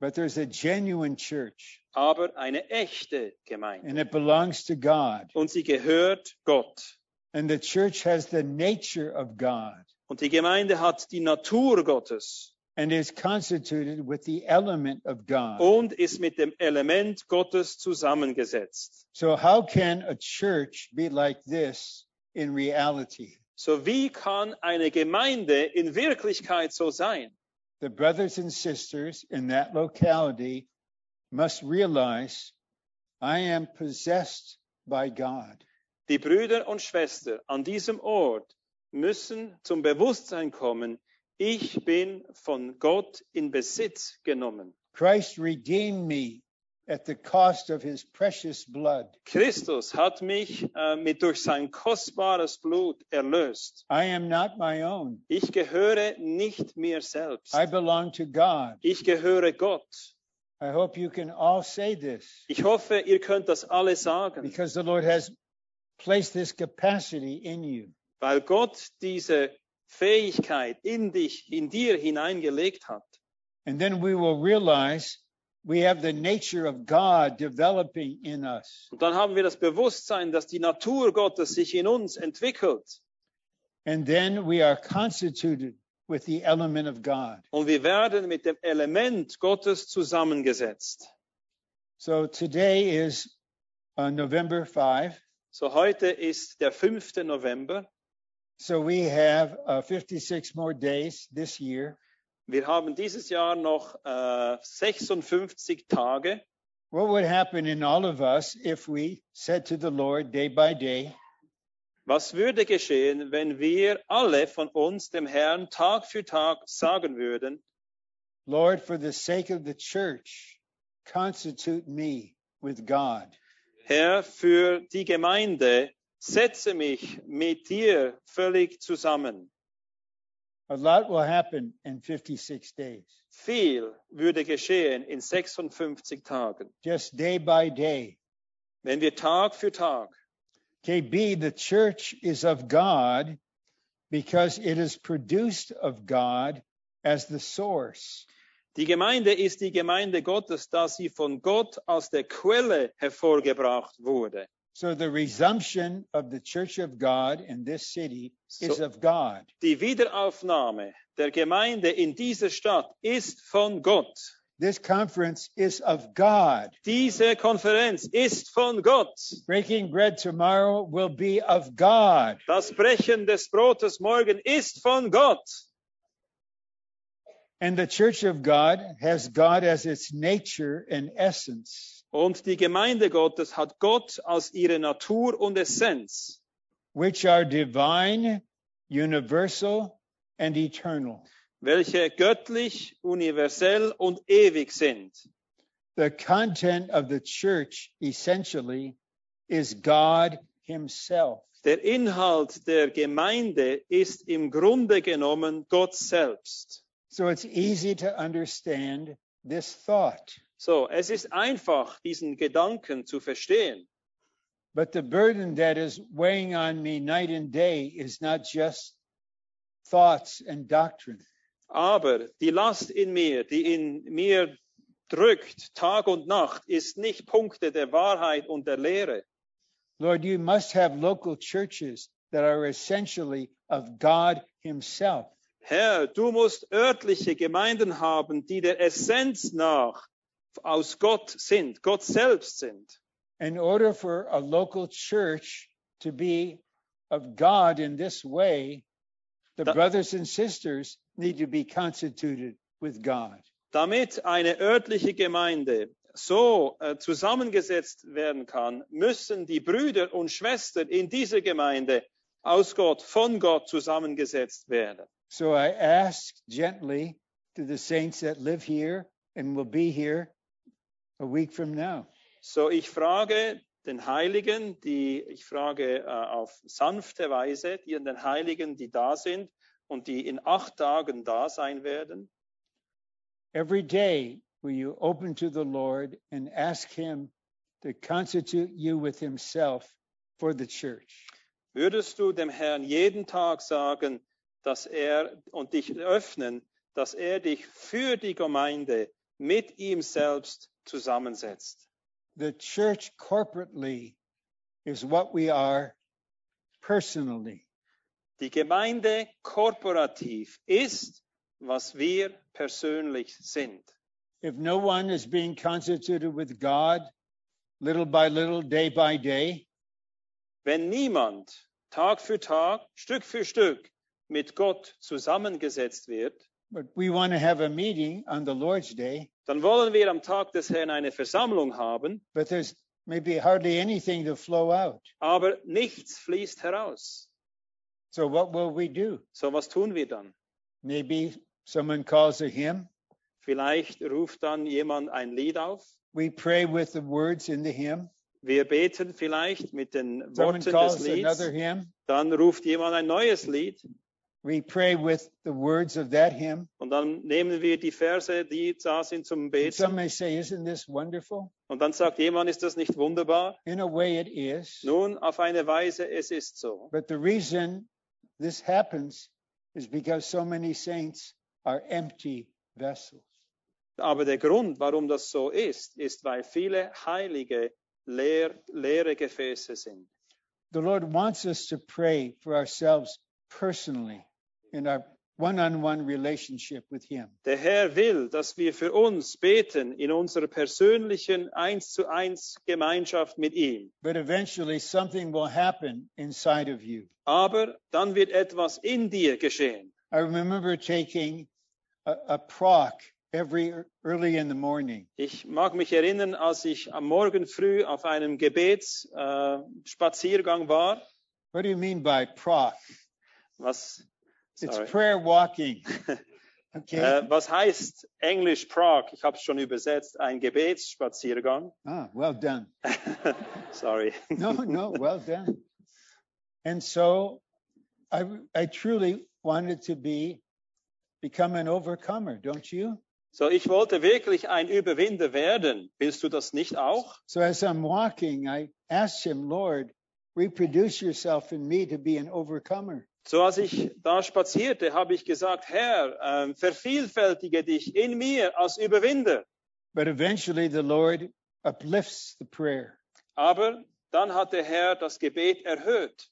But there's a genuine church, aber eine echte Gemeinde. and it belongs to God. Und sie gehört Gott. And the church has the nature of God Und die Gemeinde hat die Natur Gottes and is constituted with the element of God. und ist mit dem Element Gottes zusammengesetzt. So, how can a church be like this in reality? So wie kann eine Gemeinde in Wirklichkeit so sein? the brothers and sisters in that locality must realize I am possessed by God. Die Brüder und Schwestern an diesem Ort müssen zum Bewusstsein kommen, ich bin von Gott in Besitz genommen. Christ redeemed me at the cost of his precious blood. Christus hat mich äh, mit durch sein kostbares Blut erlöst. I am not my own. Ich gehöre nicht mir selbst. I belong to God. Ich gehöre Gott. I hope you can all say this Ich hoffe, ihr könnt das alle sagen, because the Lord has placed this capacity in you. weil Gott diese Fähigkeit in dich, in dir hineingelegt hat. And then we will realize we have the nature of God developing in us. Und dann haben wir das Bewusstsein, dass die Natur Gottes sich in uns entwickelt. And then we are constituted with the element of God. Und wir werden mit dem Element Gottes zusammengesetzt. So today is uh, November 5. So heute ist der 5. November. So we have uh, 56 more days this year. Wir haben dieses Jahr noch äh, 56 Tage. What would happen in all of us if we said to the Lord day by day, Was würde geschehen, wenn wir alle von uns dem Herrn Tag für Tag sagen würden, Lord, for the sake of the church, constitute me with God? Herr, für die Gemeinde setze mich mit dir völlig zusammen. A lot will happen in 56 days, Viel würde geschehen in 56 Tagen, just day by day. wenn wir Tag für Tag, KB, the church is of God because it is produced of God as the source. die Gemeinde ist die Gemeinde Gottes, da sie von Gott aus der Quelle hervorgebracht wurde. So the resumption of the church of God in this city is So- of God. Die Wiederaufnahme der Gemeinde in dieser Stadt ist von Gott. This conference is of God. Diese Konferenz ist von Gott. Breaking bread tomorrow will be of God. Das Brechen des Brotes morgen ist von Gott. And the church of God has God as its nature and essence, Und die Gemeinde Gottes hat Gott aus ihrer Natur und Essenz, which are divine, universal, and eternal. welche göttlich, universell und ewig sind. The content of the church essentially is God Himself. Der Inhalt der Gemeinde ist im Grunde genommen Gott selbst. So it's easy to understand this thought. So, es ist einfach, diesen Gedanken zu verstehen. But the burden that is weighing on me night and day is not just thoughts and doctrine. Aber die Last in mir, die in mir drückt Tag und Nacht, ist nicht Punkte der Wahrheit und der Lehre. Lord, you must have local churches that are essentially of God Himself. Herr, du musst örtliche Gemeinden haben, die der Essenz nach aus Gott sind, Gott selbst sind. In order for a local church to be of God in this way, the That- brothers and sisters need to be constituted with God. Damit eine örtliche Gemeinde so äh, zusammengesetzt werden kann, müssen die Brüder und Schwestern in dieser Gemeinde aus Gott, von Gott zusammengesetzt werden. So I ask gently to the saints that live here and will be here a week from now. So, ich frage den Heiligen, die, ich frage äh, auf sanfte Weise die den Heiligen, die da sind und die in acht Tagen da sein werden. Every day, will you open to the Lord and ask Him to constitute you with Himself for the church? Würdest du dem Herrn jeden Tag sagen, dass er und dich öffnen, dass er dich für die Gemeinde mit ihm selbst zusammensetzt? The church corporately is what we are personally. Die Gemeinde korporativ ist, was wir persönlich sind. If no one is being constituted with God little by little, day by day, Wenn niemand Tag für Tag, Stück für Stück mit Gott zusammengesetzt wird, but we want to have a meeting on the Lord's day, dann wollen wir am Tag des Herrn eine Versammlung haben, but there's maybe hardly anything to flow out. aber nichts fließt heraus. So what will we do? So was tun wir dann? Maybe someone calls a hymn. Vielleicht ruft dann jemand ein Lied auf. We pray with the words in the hymn. Wir beten vielleicht mit den Someone Worten des calls another Lieds. hymn. Dann ruft jemand ein neues Lied. We pray with the words of that hymn. Und dann nehmen wir die Verse, die da sind zum And some Beten. may say, Isn't this wonderful? Und dann sagt jemand, ist das nicht wunderbar? In a way, it is. Nun, auf eine Weise, es ist so. But the reason this happens is because so many saints are empty vessels. Aber der Grund, warum das so ist, ist, weil viele heilige, leer, leere Gefäße sind. The Lord wants us to pray for ourselves personally in our one on one relationship with Him. Der Herr will, dass wir für uns beten in unserer persönlichen eins zu eins Gemeinschaft mit ihm. But eventually, something will happen inside of you. Aber dann wird etwas in dir geschehen. I remember taking a, a proc every ear- early in the morning. Ich mag mich erinnern, als ich am Morgen früh auf einem Gebetsspaziergang äh, Spaziergang war. What do you mean by proc? Was, It's sorry, prayer walking. Okay. äh, was heißt Englisch Prag? Ich habe es schon übersetzt. Ein Gebetsspaziergang. ah, well done. sorry. No, no, well done. And so I, I truly wanted to be become an overcomer, don't you? So, ich wollte wirklich ein Überwinder werden. Willst du das nicht auch? So as I'm walking, I asked him, Lord, reproduce yourself in me to be an overcomer. So als ich da spazierte, habe ich gesagt, Herr, ähm, vervielfältige dich in mir als Überwinder. But eventually the Lord uplifts the prayer. Aber dann hat der Herr das Gebet erhöht.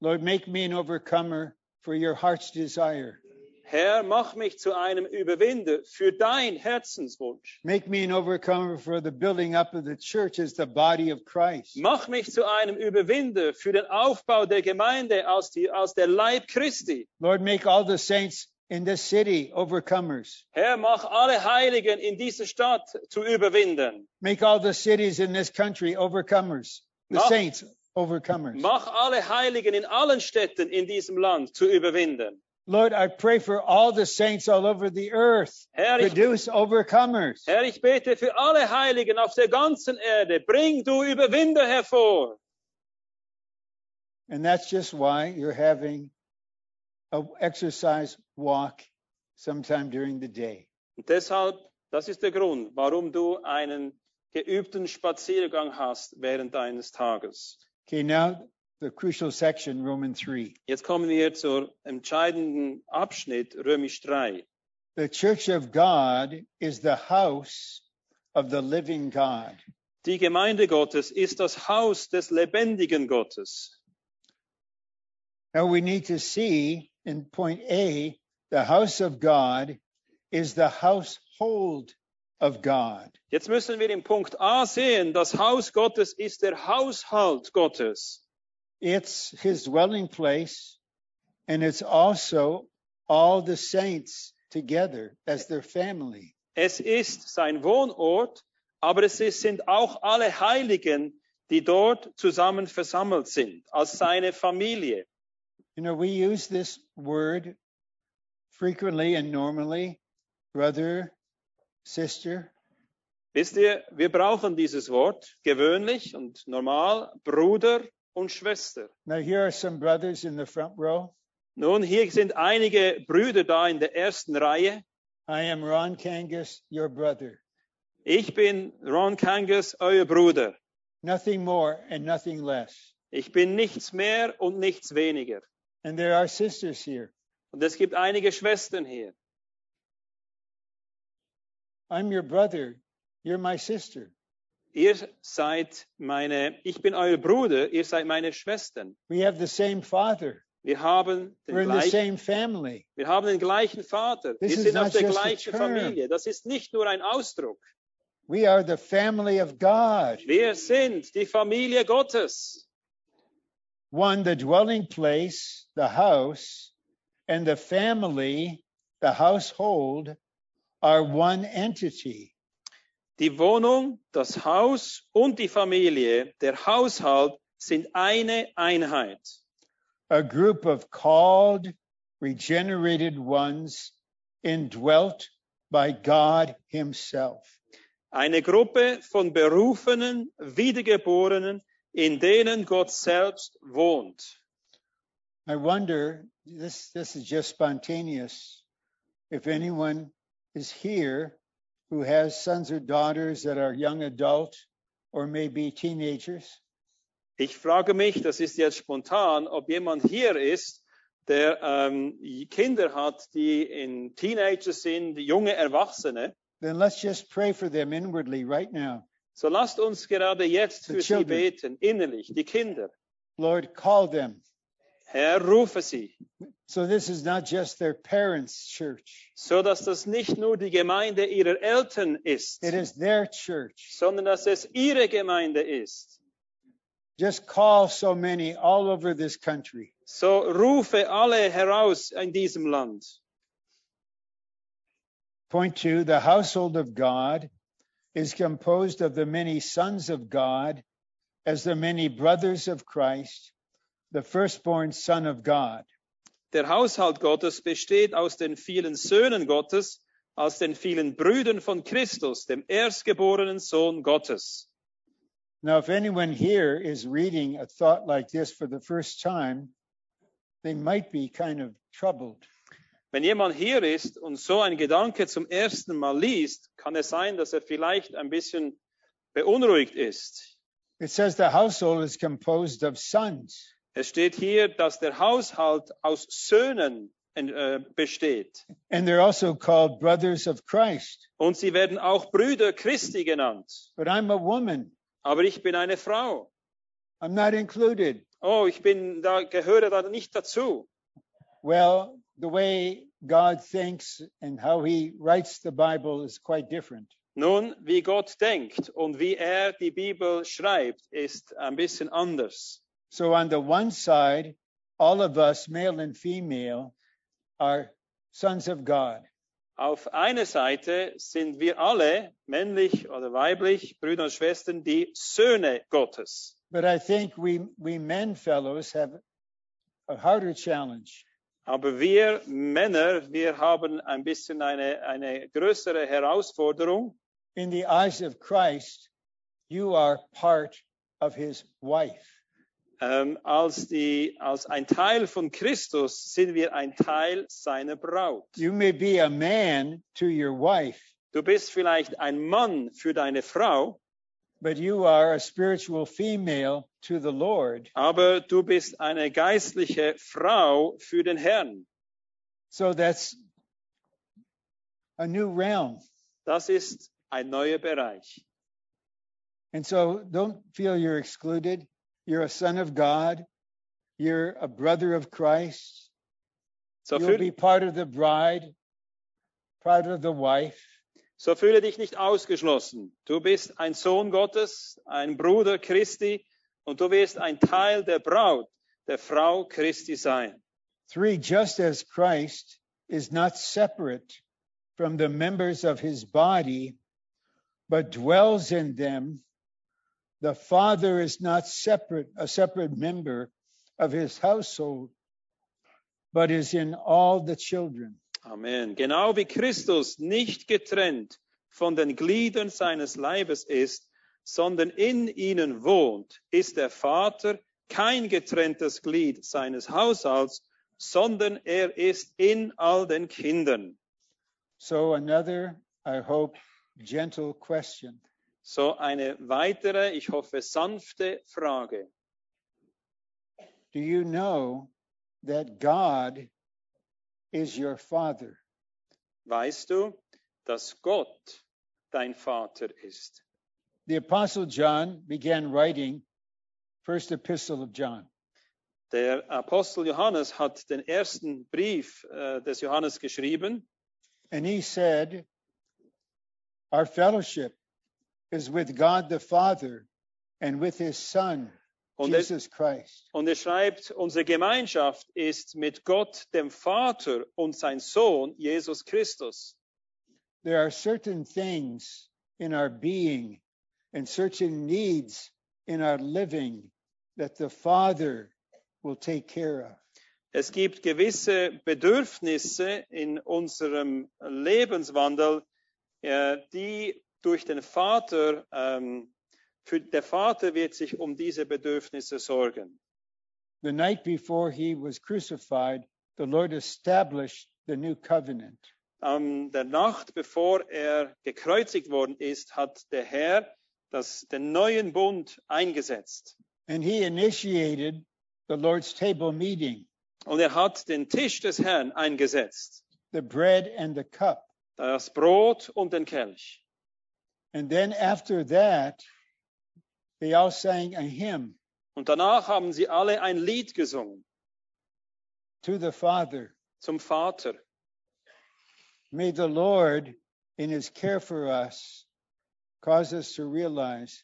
Lord, make me an overcomer for your heart's desire. Herr, mach mich zu einem Überwinder für dein Herzenswunsch. Make me an overcomer for the building up of the church as the body of Christ. Mach mich zu einem Überwinder für den Aufbau der Gemeinde als, die, als der Leib Christi. Lord, make all the saints in this city overcomers. Herr, mach alle Heiligen in dieser Stadt zu Überwindern. Make all the cities in this country overcomers. The Mach- saints overcomers. Mach alle Heiligen in allen Städten in diesem Land zu Überwindern. Lord, I pray for all the saints all over the earth. Herr, ich Produce overcomers. Herr, ich bete für alle Heiligen auf der ganzen Erde. Bring du Überwinder hervor. And that's just why you're having a exercise walk sometime during the day. Und deshalb, das ist der Grund, warum du einen geübten Spaziergang hast während deines Tages. Okay, now the crucial section, Roman 3. Jetzt kommen wir zum entscheidenden Abschnitt, Römisch 3. The church of God is the house of the living God. Die Gemeinde Gottes ist das Haus des lebendigen Gottes. Now we need to see in point A, the house of God is the household of God. Jetzt müssen wir im Punkt A sehen, das Haus Gottes ist der Haushalt Gottes. It's his dwelling place, and it's also all the saints together as their family. Es ist sein Wohnort, aber es ist, sind auch alle Heiligen, die dort zusammen versammelt sind, als seine Familie. You know, we use this word frequently and normally, brother, sister, Wisst ihr, wir brauchen dieses Wort gewöhnlich und normal, Bruder und Schwester. Now, here are some brothers in the front row. Nun, hier sind einige Brüder da in der ersten Reihe. I am Ron Kangas, your brother. Ich bin Ron Kangas, euer Bruder. Nothing more and nothing less. Ich bin nichts mehr und nichts weniger. And there are sisters here. Und es gibt einige Schwestern hier. I'm your brother. You're my sister. Ihr seid meine, ich bin euer Bruder, ihr seid meine Schwestern. We have the same father. Wir haben den, We're in the gleichen, same family. wir haben den gleichen Vater. This Wir is sind not auf der just a gleichen term. Familie. Das ist nicht nur ein Ausdruck. We are the family of God. Wir sind die Familie Gottes. One, the dwelling place, the house, and the family, the household, are one entity. Die Wohnung, das Haus und die Familie, der Haushalt sind eine Einheit. a group of called, regenerated ones indwelt by God Himself. Eine Gruppe von berufenen, wiedergeborenen, in denen Gott selbst wohnt. I wonder, this, this is just spontaneous, if anyone is here who has sons or daughters that are young adult or maybe teenagers. Ich frage mich, das ist jetzt spontan, ob jemand hier ist, der ähm, Kinder hat, die in Teenager sind, junge Erwachsene. Then let's just pray for them inwardly right now. So lasst uns gerade jetzt The für sie children. beten, innerlich, die Kinder. Lord, call them. Herr, rufe sie, So this is not just their parents' church, so dass das nicht nur die Gemeinde ihrer Eltern ist, it is their church. sondern dass es ihre Gemeinde ist. Just call so many all over this country. So rufe alle heraus in diesem Land. Point two the household of God is composed of the many sons of God as the many brothers of Christ, the firstborn son of God. Der Haushalt Gottes besteht aus den vielen Söhnen Gottes, aus den vielen Brüdern von Christus, dem erstgeborenen Sohn Gottes. Now, if anyone here is reading a thought like this for the first time, they might be kind of troubled. Wenn jemand hier ist und so ein Gedanke zum ersten Mal liest, kann es sein, dass er vielleicht ein bisschen beunruhigt ist. It says the household is composed of sons. Es steht hier, dass der Haushalt aus Söhnen äh, besteht. And they're also called brothers of Christ. Und sie werden auch Brüder Christi genannt. But I'm a woman. Aber ich bin eine Frau. I'm not included. Oh, ich bin da, gehöre da nicht dazu. Well, the way God thinks and how he writes the Bible is quite different. Nun, wie Gott denkt und wie er die Bibel schreibt, ist ein bisschen anders. So, on the one side, all of us, male and female, are sons of God. Auf einer Seite sind wir alle, männlich oder weiblich, Brüder und Schwestern, die Söhne Gottes. But I think we, we men fellows have a harder challenge. Aber wir Männer, wir haben ein bisschen eine, eine größere Herausforderung. In the eyes of Christ, you are part of his wife. Ähm, als, die, als ein Teil von Christus sind wir ein Teil seiner Braut. You may be a man to your wife, Du bist vielleicht ein Mann für deine Frau, but you are a spiritual female to the Lord. aber du bist eine geistliche Frau für den Herrn. So that's a new realm. Das ist ein neuer Bereich. And so don't feel you're excluded. You're a son of God. You're a brother of Christ. So, You'll be fühl, part of the bride, part of the wife. so fühle dich nicht ausgeschlossen. Du bist ein Sohn Gottes, ein Bruder Christi und du wirst ein Teil der Braut, der Frau Christi sein. Three, just as Christ is not separate from the members of his body, but dwells in them, the Father is not separate, a separate member of his household, but is in all the children. Amen. Genau wie Christus nicht getrennt von den Gliedern seines Leibes ist, sondern in ihnen wohnt, ist der Vater kein getrenntes Glied seines Haushalts, sondern er ist in all den Kindern. So, another, I hope, gentle question. So eine weitere, ich hoffe, sanfte Frage. Do you know that God is your Father? Weißt du, dass Gott dein Vater ist? The Apostle John began writing First Epistle of John. Der Apostel Johannes hat den ersten Brief äh, des Johannes geschrieben And he said, Our fellowship is with God the Father and with his Son, und er, Jesus Christ. Und er schreibt, unsere Gemeinschaft ist mit Gott, dem Vater und sein Sohn Jesus Christus. There are certain things in our being and certain needs in our living that the Father will take care of. Es gibt gewisse Bedürfnisse in unserem Lebenswandel, äh, die durch den Vater, ähm, für, der Vater wird sich um diese Bedürfnisse sorgen. The night before he was crucified, the Lord established the new covenant. Am Ähm, der Nacht, bevor er gekreuzigt worden ist, hat der Herr das, den neuen Bund eingesetzt. And he initiated the Lord's table meeting, Und er hat den Tisch des Herrn eingesetzt, the bread and the cup. das Brot und den Kelch. And then after that, they all sang a hymn Und danach haben sie alle ein Lied gesungen to the Father. zum Vater. May the Lord, in his care for us, cause us to realize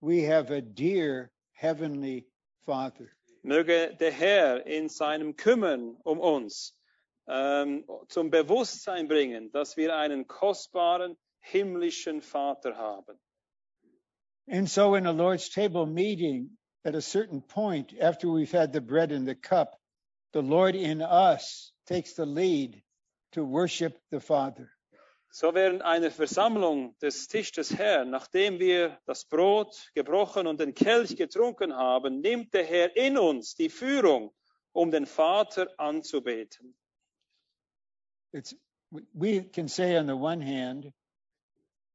we have a dear heavenly Father. Möge der Herr in seinem Kümmern um uns ähm, zum Bewusstsein bringen, dass wir einen kostbaren himmlischen Vater haben. And so, in the Lord's table meeting, at a certain point after we've had the bread and the cup, the Lord in us takes the lead to worship the Father. So während einer Versammlung des Tisch des Herrn, nachdem wir das Brot gebrochen und den Kelch getrunken haben, nimmt der Herr in uns die Führung, um den Vater anzubeten. It's we can say on the one hand,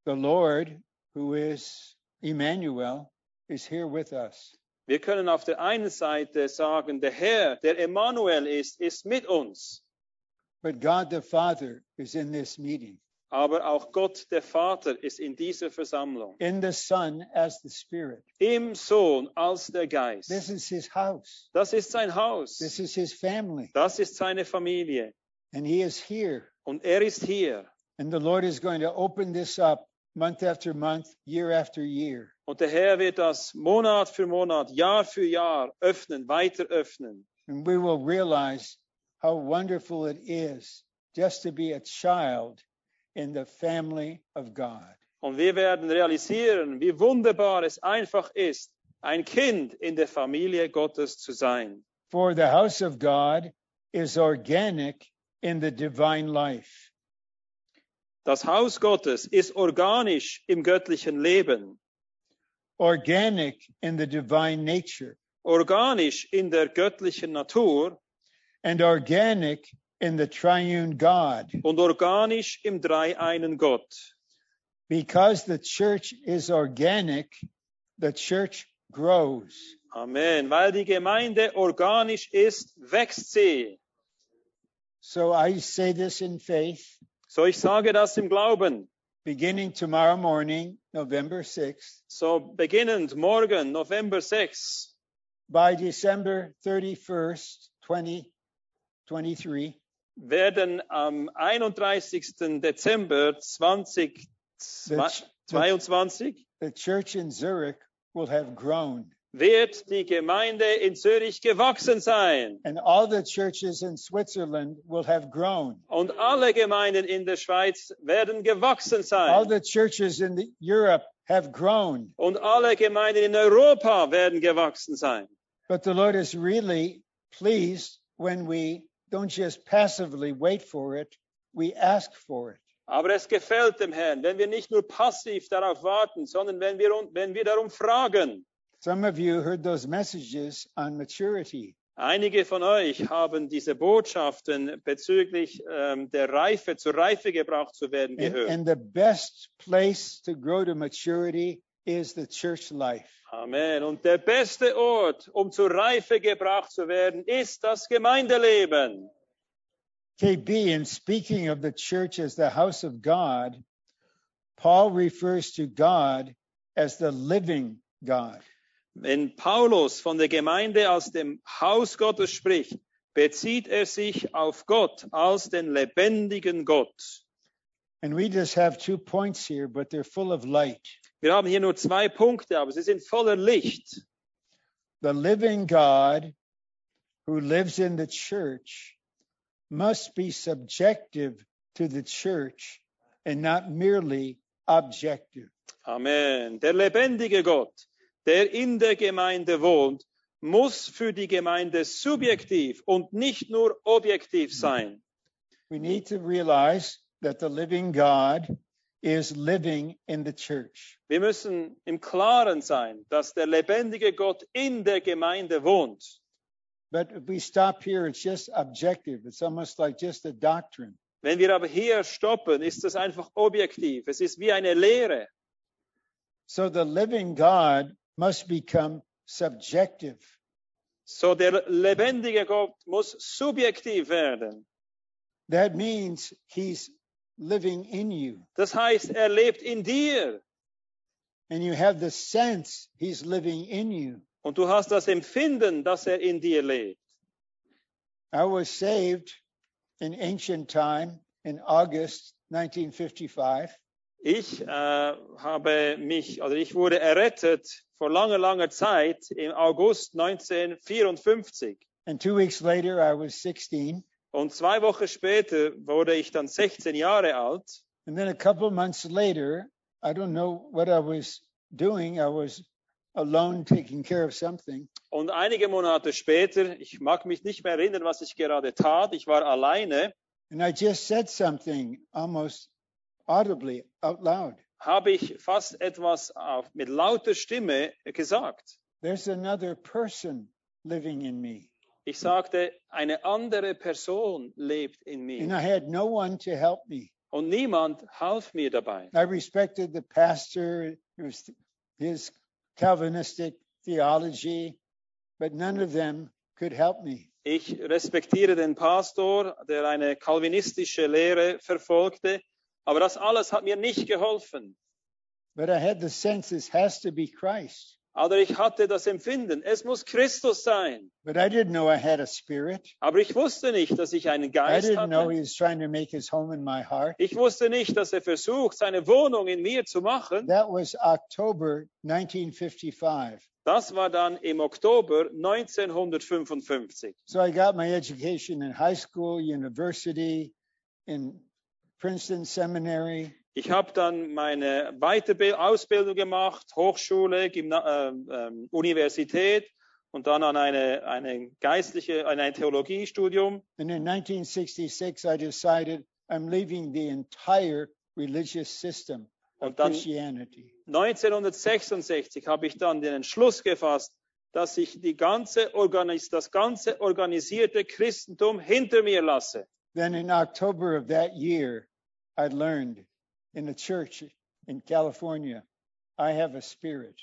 the Lord, who is Emmanuel, is here with us. Wir können auf der einen Seite sagen, der Herr, der Emmanuel ist, ist mit uns. But God the Father is in this meeting, Aber auch Gott, der Vater, ist in dieser Versammlung. in the Son as the Spirit. Im Sohn als der This Geist. is his house. Das ist sein This Haus. is his family. Das ist seine Familie. And he is here. Und er ist hier. And the Lord is going to open this up month after month, year after year. Und der Herr wird das Monat für Monat, Jahr für Jahr öffnen, weiter öffnen. And we will realize how wonderful it is just to be a child in the family of God. Und wir werden realisieren, wie wunderbar es einfach ist, ein Kind in der Familie Gottes zu sein. For the house of God is organic in the divine life. Das Haus Gottes ist organisch im göttlichen Leben, organic in the divine nature organisch in der göttlichen Natur and organic in the triune God. und organisch im dreieinen Gott. Because the church is organic, the church grows. Amen. Weil die Gemeinde organisch ist, wächst sie. So I say this in faith. So ich sage das im Glauben. Beginning tomorrow morning, November 6th, So beginnend morgen, November 6, by December 31st, 2023, werden am 31. Dezember 2022 the church in Zurich will have grown. wird die Gemeinde in Zürich gewachsen sein. And all the churches in Switzerland will have grown. Und alle Gemeinden in der Schweiz werden gewachsen All sein. the churches in the, Europe have grown, Und alle Gemeinden in Europa werden gewachsen sein. but the Lord is really pleased when we don't just passively wait for it, we ask for it. Aber es gefällt dem Herrn, wenn wir nicht nur passiv darauf warten, sondern wenn wir, un- wenn wir darum fragen. Some of you heard those messages on maturity. Einige von euch haben diese Botschaften bezüglich ähm, der Reife, zur Reife gebracht zu werden, And, gehört. and the best place to grow to maturity is the church life. Amen. Und der beste Ort, um zur Reife gebracht zu werden, ist das Gemeindeleben. KB, in speaking of the church as the house of God, Paul refers to God as the living God. Wenn Paulus von der Gemeinde als dem Haus Gottes spricht, bezieht er sich auf Gott als den lebendigen Gott. And we just have two points here, but they're full of light. Wir haben hier nur zwei Punkte, aber sie sind voller Licht. The living God who lives in the church must be subjective to the church and not merely objective. Amen. Der lebendige Gott, der in der Gemeinde wohnt, muss für die Gemeinde subjektiv und nicht nur objektiv sein. We need to realize that the living God is living in the church. Wir müssen im Klaren sein, dass der lebendige Gott in der Gemeinde wohnt. But if we stop here, it's just objective. It's almost like just a doctrine. Wenn wir aber hier stoppen, ist das einfach objektiv. Es ist wie eine Lehre. So the living God must become subjective. So der lebendige Gott muss subjektiv werden. That means he's living in you, Das heißt, er lebt in dir and you have the sense he's living in you. und du hast das Empfinden, dass er in dir lebt. I was saved in ancient time in August 1955. Ich äh, habe mich, oder ich wurde errettet vor langer, langer Zeit im August 1954. And two weeks later, I was 16. Und zwei Wochen später wurde ich dann 16 Jahre alt. And then a couple months later, I don't know what I was doing. I was alone taking care of something. Und einige Monate später, ich mag mich nicht mehr erinnern, was ich gerade tat, ich war alleine, And I just said something almost audibly out loud. habe ich fast etwas auf, mit lauter Stimme gesagt. There's another person living in me. Ich sagte, eine andere Person lebt in And mir. I had no one to help me. Und niemand half mir dabei. I respected the pastor, his- his Calvinistic theology, but none of them could help me. Ich respektiere den Pastor, der eine kalvinistische Lehre verfolgte, aber das alles hat mir nicht geholfen. But I had the sense this has to be Christ. Aber ich hatte das Empfinden, es muss Christus sein. But I didn't know I had a spirit. Aber ich wusste nicht, dass ich einen I Geist didn't know hatte. he was trying to make his home in my heart. Ich wusste nicht, dass er versucht, seine Wohnung in mir zu machen. That was October 1955. Das war dann im Oktober 1955. So I got my education in high school, university, in Princeton Seminary, Ich habe dann meine Weiterbild Ausbildung gemacht, Hochschule, Gymna ähm, ähm, Universität und dann an eine, eine geistliche, an ein Theologiestudium. and in 1966 I decided I'm leaving the entire religious system of Und dann- Christianity. 1966 habe ich dann den Entschluss gefasst, dass ich die ganze Organis das ganze organisierte Christentum hinter mir lasse. Then in October of that year, I learned in a church in California, I have a spirit.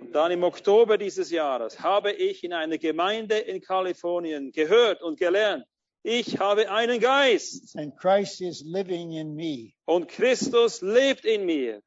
Und dann im Oktober dieses Jahres habe ich in einer Gemeinde in Kalifornien gehört und gelernt, ich habe einen Geist And Christ is living in me. und Christus lebt in mir.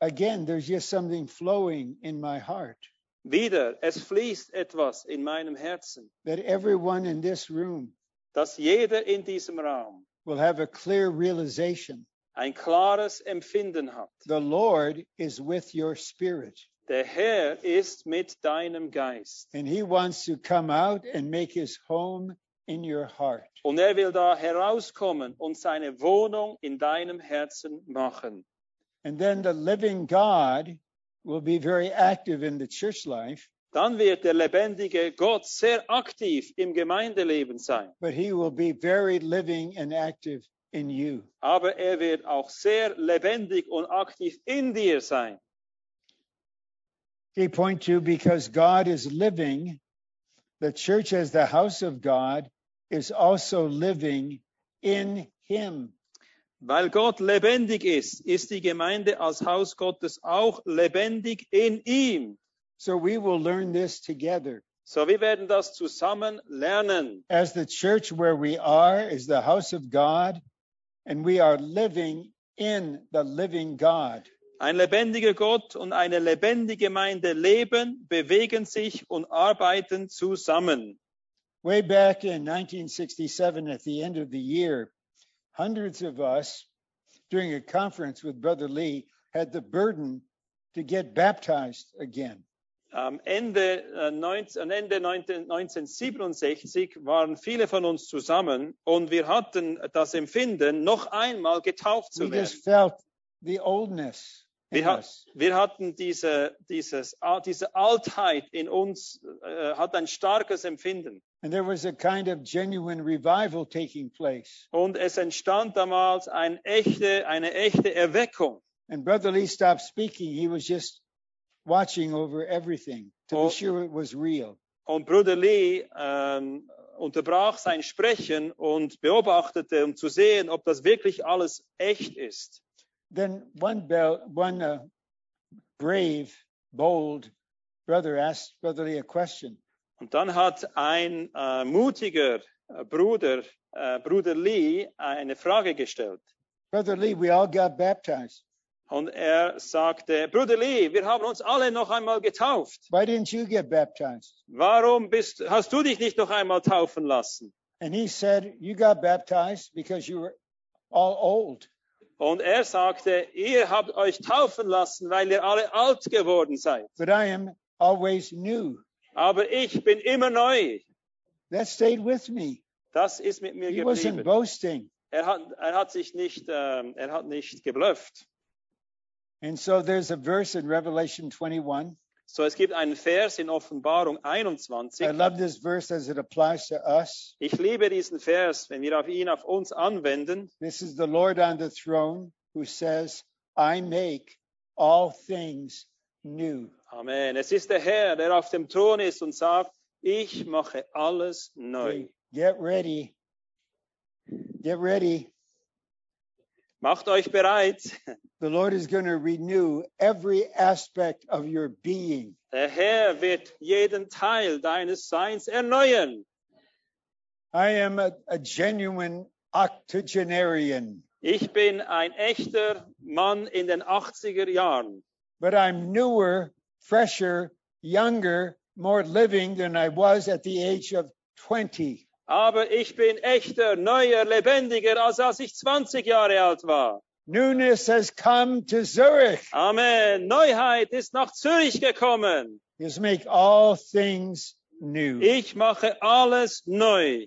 Again, there's just something flowing in my heart Wieder, es fließt etwas in meinem Herzen, that everyone in this room dass jeder in diesem Raum will have a clear realization ein klares Empfinden hat. the Lord is with your spirit, Der Herr ist mit deinem Geist and He wants to come out and make His home in your heart. und er will da herauskommen und seine Wohnung in deinem Herzen machen. And then the living God will be very active in the church life, Dann wird der lebendige Gott sehr aktiv im Gemeindeleben sein. but He will be very living and active in you. aber er wird auch sehr lebendig und aktiv in dir sein. Okay, point two because God is living, the church as the house of God is also living in Him. Weil Gott lebendig ist, ist die Gemeinde als Haus Gottes auch lebendig in ihm. So we will learn this together. So, wir werden das zusammen lernen. as the church where we are is the house of God, and we are living in the living God. Ein lebendiger Gott und eine lebendige Gemeinde leben, bewegen sich und arbeiten zusammen. Way back in 1967, at the end of the year, hundreds of us, during a conference with Brother Lee, had the burden to get baptized again. Am Ende, äh, 19, am Ende 19, 1967 waren viele von uns zusammen und wir hatten das Empfinden, noch einmal getauft We zu werden. just felt the oldness. in Wir, hat, us. wir hatten diese, dieses, ah, diese Altheit in uns, äh, hat ein starkes Empfinden. And there was a kind of genuine revival taking place. Und es entstand damals ein echte, eine echte Erweckung. And Brother Lee stopped speaking. He was just watching over everything to Oh. be sure it was real. Und Bruder Lee ähm, unterbrach sein Sprechen und beobachtete, um zu sehen, ob das wirklich alles echt ist. Then one bell, one uh, brave, bold brother asked Brother Lee a question. Und dann hat ein äh, mutiger äh, Bruder, äh, Bruder Lee, eine Frage gestellt. Brother Lee, we all got baptized. Und er sagte, Bruder Lee, wir haben uns alle noch einmal getauft. Why didn't you get baptized? Warum bist, hast du dich nicht noch einmal taufen lassen? And he said, You got baptized because you were all old. Und er sagte, ihr habt euch taufen lassen, weil ihr alle alt geworden seid. But I am always new. Aber ich bin immer neu. That stayed with me. Das ist mit mir He wasn't geblieben. boasting. Er hat, er hat sich nicht, ähm, er hat nicht geblufft. And so there's a verse in Revelation 21. So, es gibt einen Vers in Offenbarung I 21. love this verse as it applies to us. Ich liebe diesen Vers, wenn wir auf ihn auf uns anwenden. This is the Lord on the throne who says, I make all things new. Amen. Es ist der Herr, der auf dem Thron ist und sagt, ich mache alles neu. Get ready. Get ready. Macht euch bereit. The Lord is going to renew every aspect of your being. Der Herr wird jeden Teil deines Seins erneuern. I am a, a genuine octogenarian, Ich bin ein echter Mann in den 80er Jahren. but I'm newer, fresher, younger, more living than I was at the age of 20. Aber ich bin echter, neuer, lebendiger, als als ich 20 Jahre alt war. Newness has come to Zurich. Amen. Neuheit ist nach Zürich gekommen. is make all things new. Ich mache alles neu.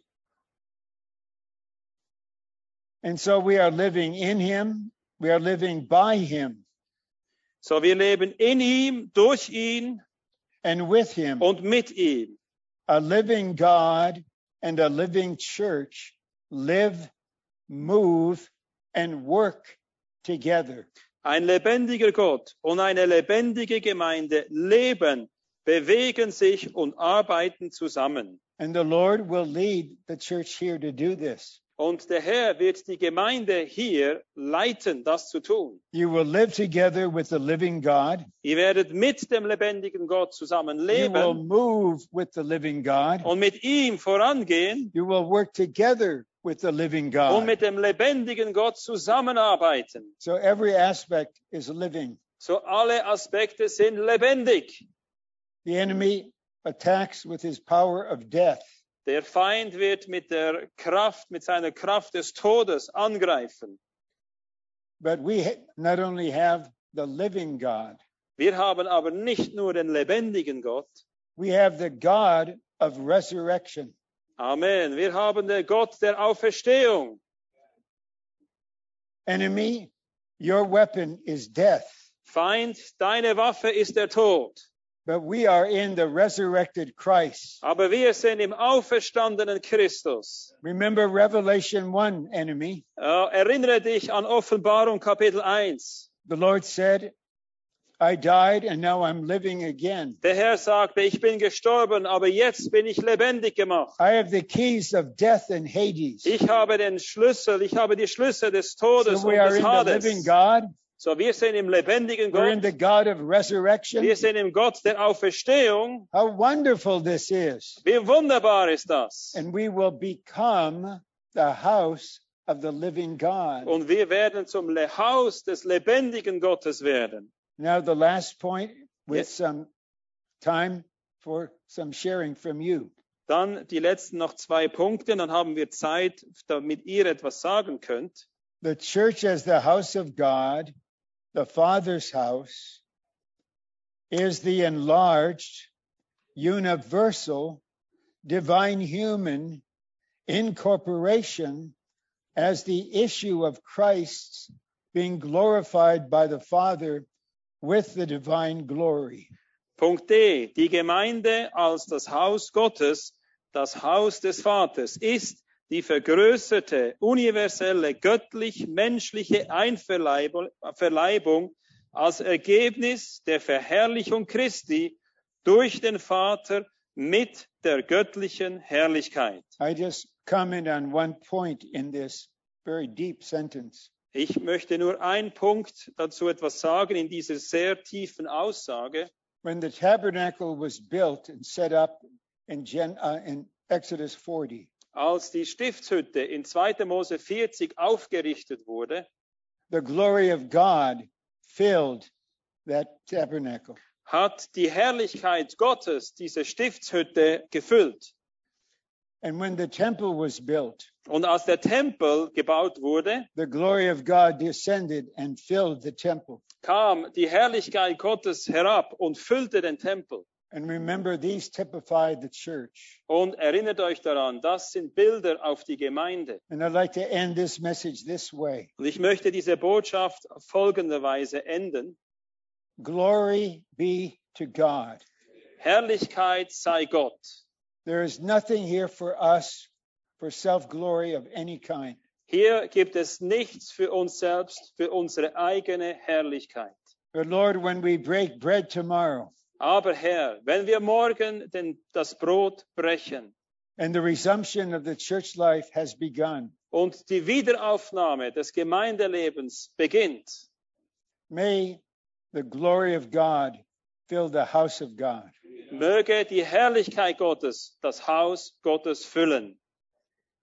And so we are living in him. We are living by him So, wir leben in ihm, durch ihn and with him. und mit ihm. A living God and a living church live, move, and work together. Ein lebendiger Gott und eine lebendige Gemeinde leben, bewegen sich und arbeiten zusammen. And the Lord will lead the church here to do this. Und der Herr wird die Gemeinde hier leiten, das zu tun. You will live together with the living God. Ihr werdet mit dem lebendigen Gott zusammen You will leben move with the living God. und mit ihm vorangehen You will work together with the living und God. mit dem lebendigen Gott zusammenarbeiten. So every aspect is living. So alle Aspekte sind lebendig. The enemy attacks with his power of death, Der Feind wird mit der Kraft, mit seiner Kraft des Todes angreifen. but we ha- not only have the living God, Wir haben aber nicht nur den lebendigen Gott. we have the God of resurrection. Amen. Wir haben den Gott der Auferstehung. Enemy, your weapon is death, Feind, deine Waffe ist der Tod. but we are in the resurrected Christ. Aber wir sind im auferstandenen Christus. Remember Revelation 1, enemy. Äh, erinnere dich an Offenbarung Kapitel 1. The Lord said, I died and now I'm living again. Der Herr sagte, ich bin gestorben, aber jetzt bin ich lebendig gemacht. I have the keys of death and Hades. Ich habe den Schlüssel, ich habe die Schlüssel des Todes So und we are des in the living Hades. God. So wir sind im lebendigen We're in Gott. the God of resurrection. Wir sind im Gott der Auferstehung. How wonderful this is. Wie wunderbar ist das? And we will become the house of the living God. Und wir werden zum Le- Haus des lebendigen Gottes werden. Now, the last point with Yes. some time for some sharing from you. Dann die letzten noch zwei Punkte, dann haben wir Zeit, damit ihr etwas sagen könnt. The church as the house of God, the Father's house, is the enlarged, universal, divine human incorporation as the issue of Christ's being glorified by the Father with the divine glory. Punkt D. Die Gemeinde als das Haus Gottes, das Haus des Vaters, ist die vergrößerte, universelle, göttlich-menschliche Einverleibung Verleibung als Ergebnis der Verherrlichung Christi durch den Vater mit der göttlichen Herrlichkeit. I just comment on one point in this very deep sentence. Ich möchte nur einen Punkt dazu etwas sagen in dieser sehr tiefen Aussage. When the tabernacle was built and set up in, Gen, uh, in Exodus 40, Als die Stiftshütte in 2. Mose 40 aufgerichtet wurde, the glory of God filled that tabernacle. hat die Herrlichkeit Gottes diese Stiftshütte gefüllt. And when the temple was built, Und als der Tempel gebaut wurde, the glory of God descended and filled the temple. kam die Herrlichkeit Gottes herab und füllte den Tempel. And remember, these typify the church. Und erinnert euch daran, das sind Bilder auf die Gemeinde. And I'd like to end this message this way Und ich möchte diese Botschaft folgenderweise enden. Glory be to God. Herrlichkeit sei Gott. There is nothing here for us for self glory of any kind. Hier gibt es nichts für uns selbst, für unsere eigene Herrlichkeit. But Lord, when we break bread tomorrow Aber Herr, wenn wir morgen denn das Brot brechen and the resumption of the church life has begun, und die Wiederaufnahme des Gemeindelebens beginnt, may the glory of God fill the house of God. möge die Herrlichkeit Gottes das Haus Gottes füllen.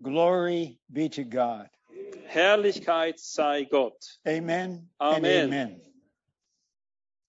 Glory be to God. Herrlichkeit sei Gott. Amen. and Amen. amen.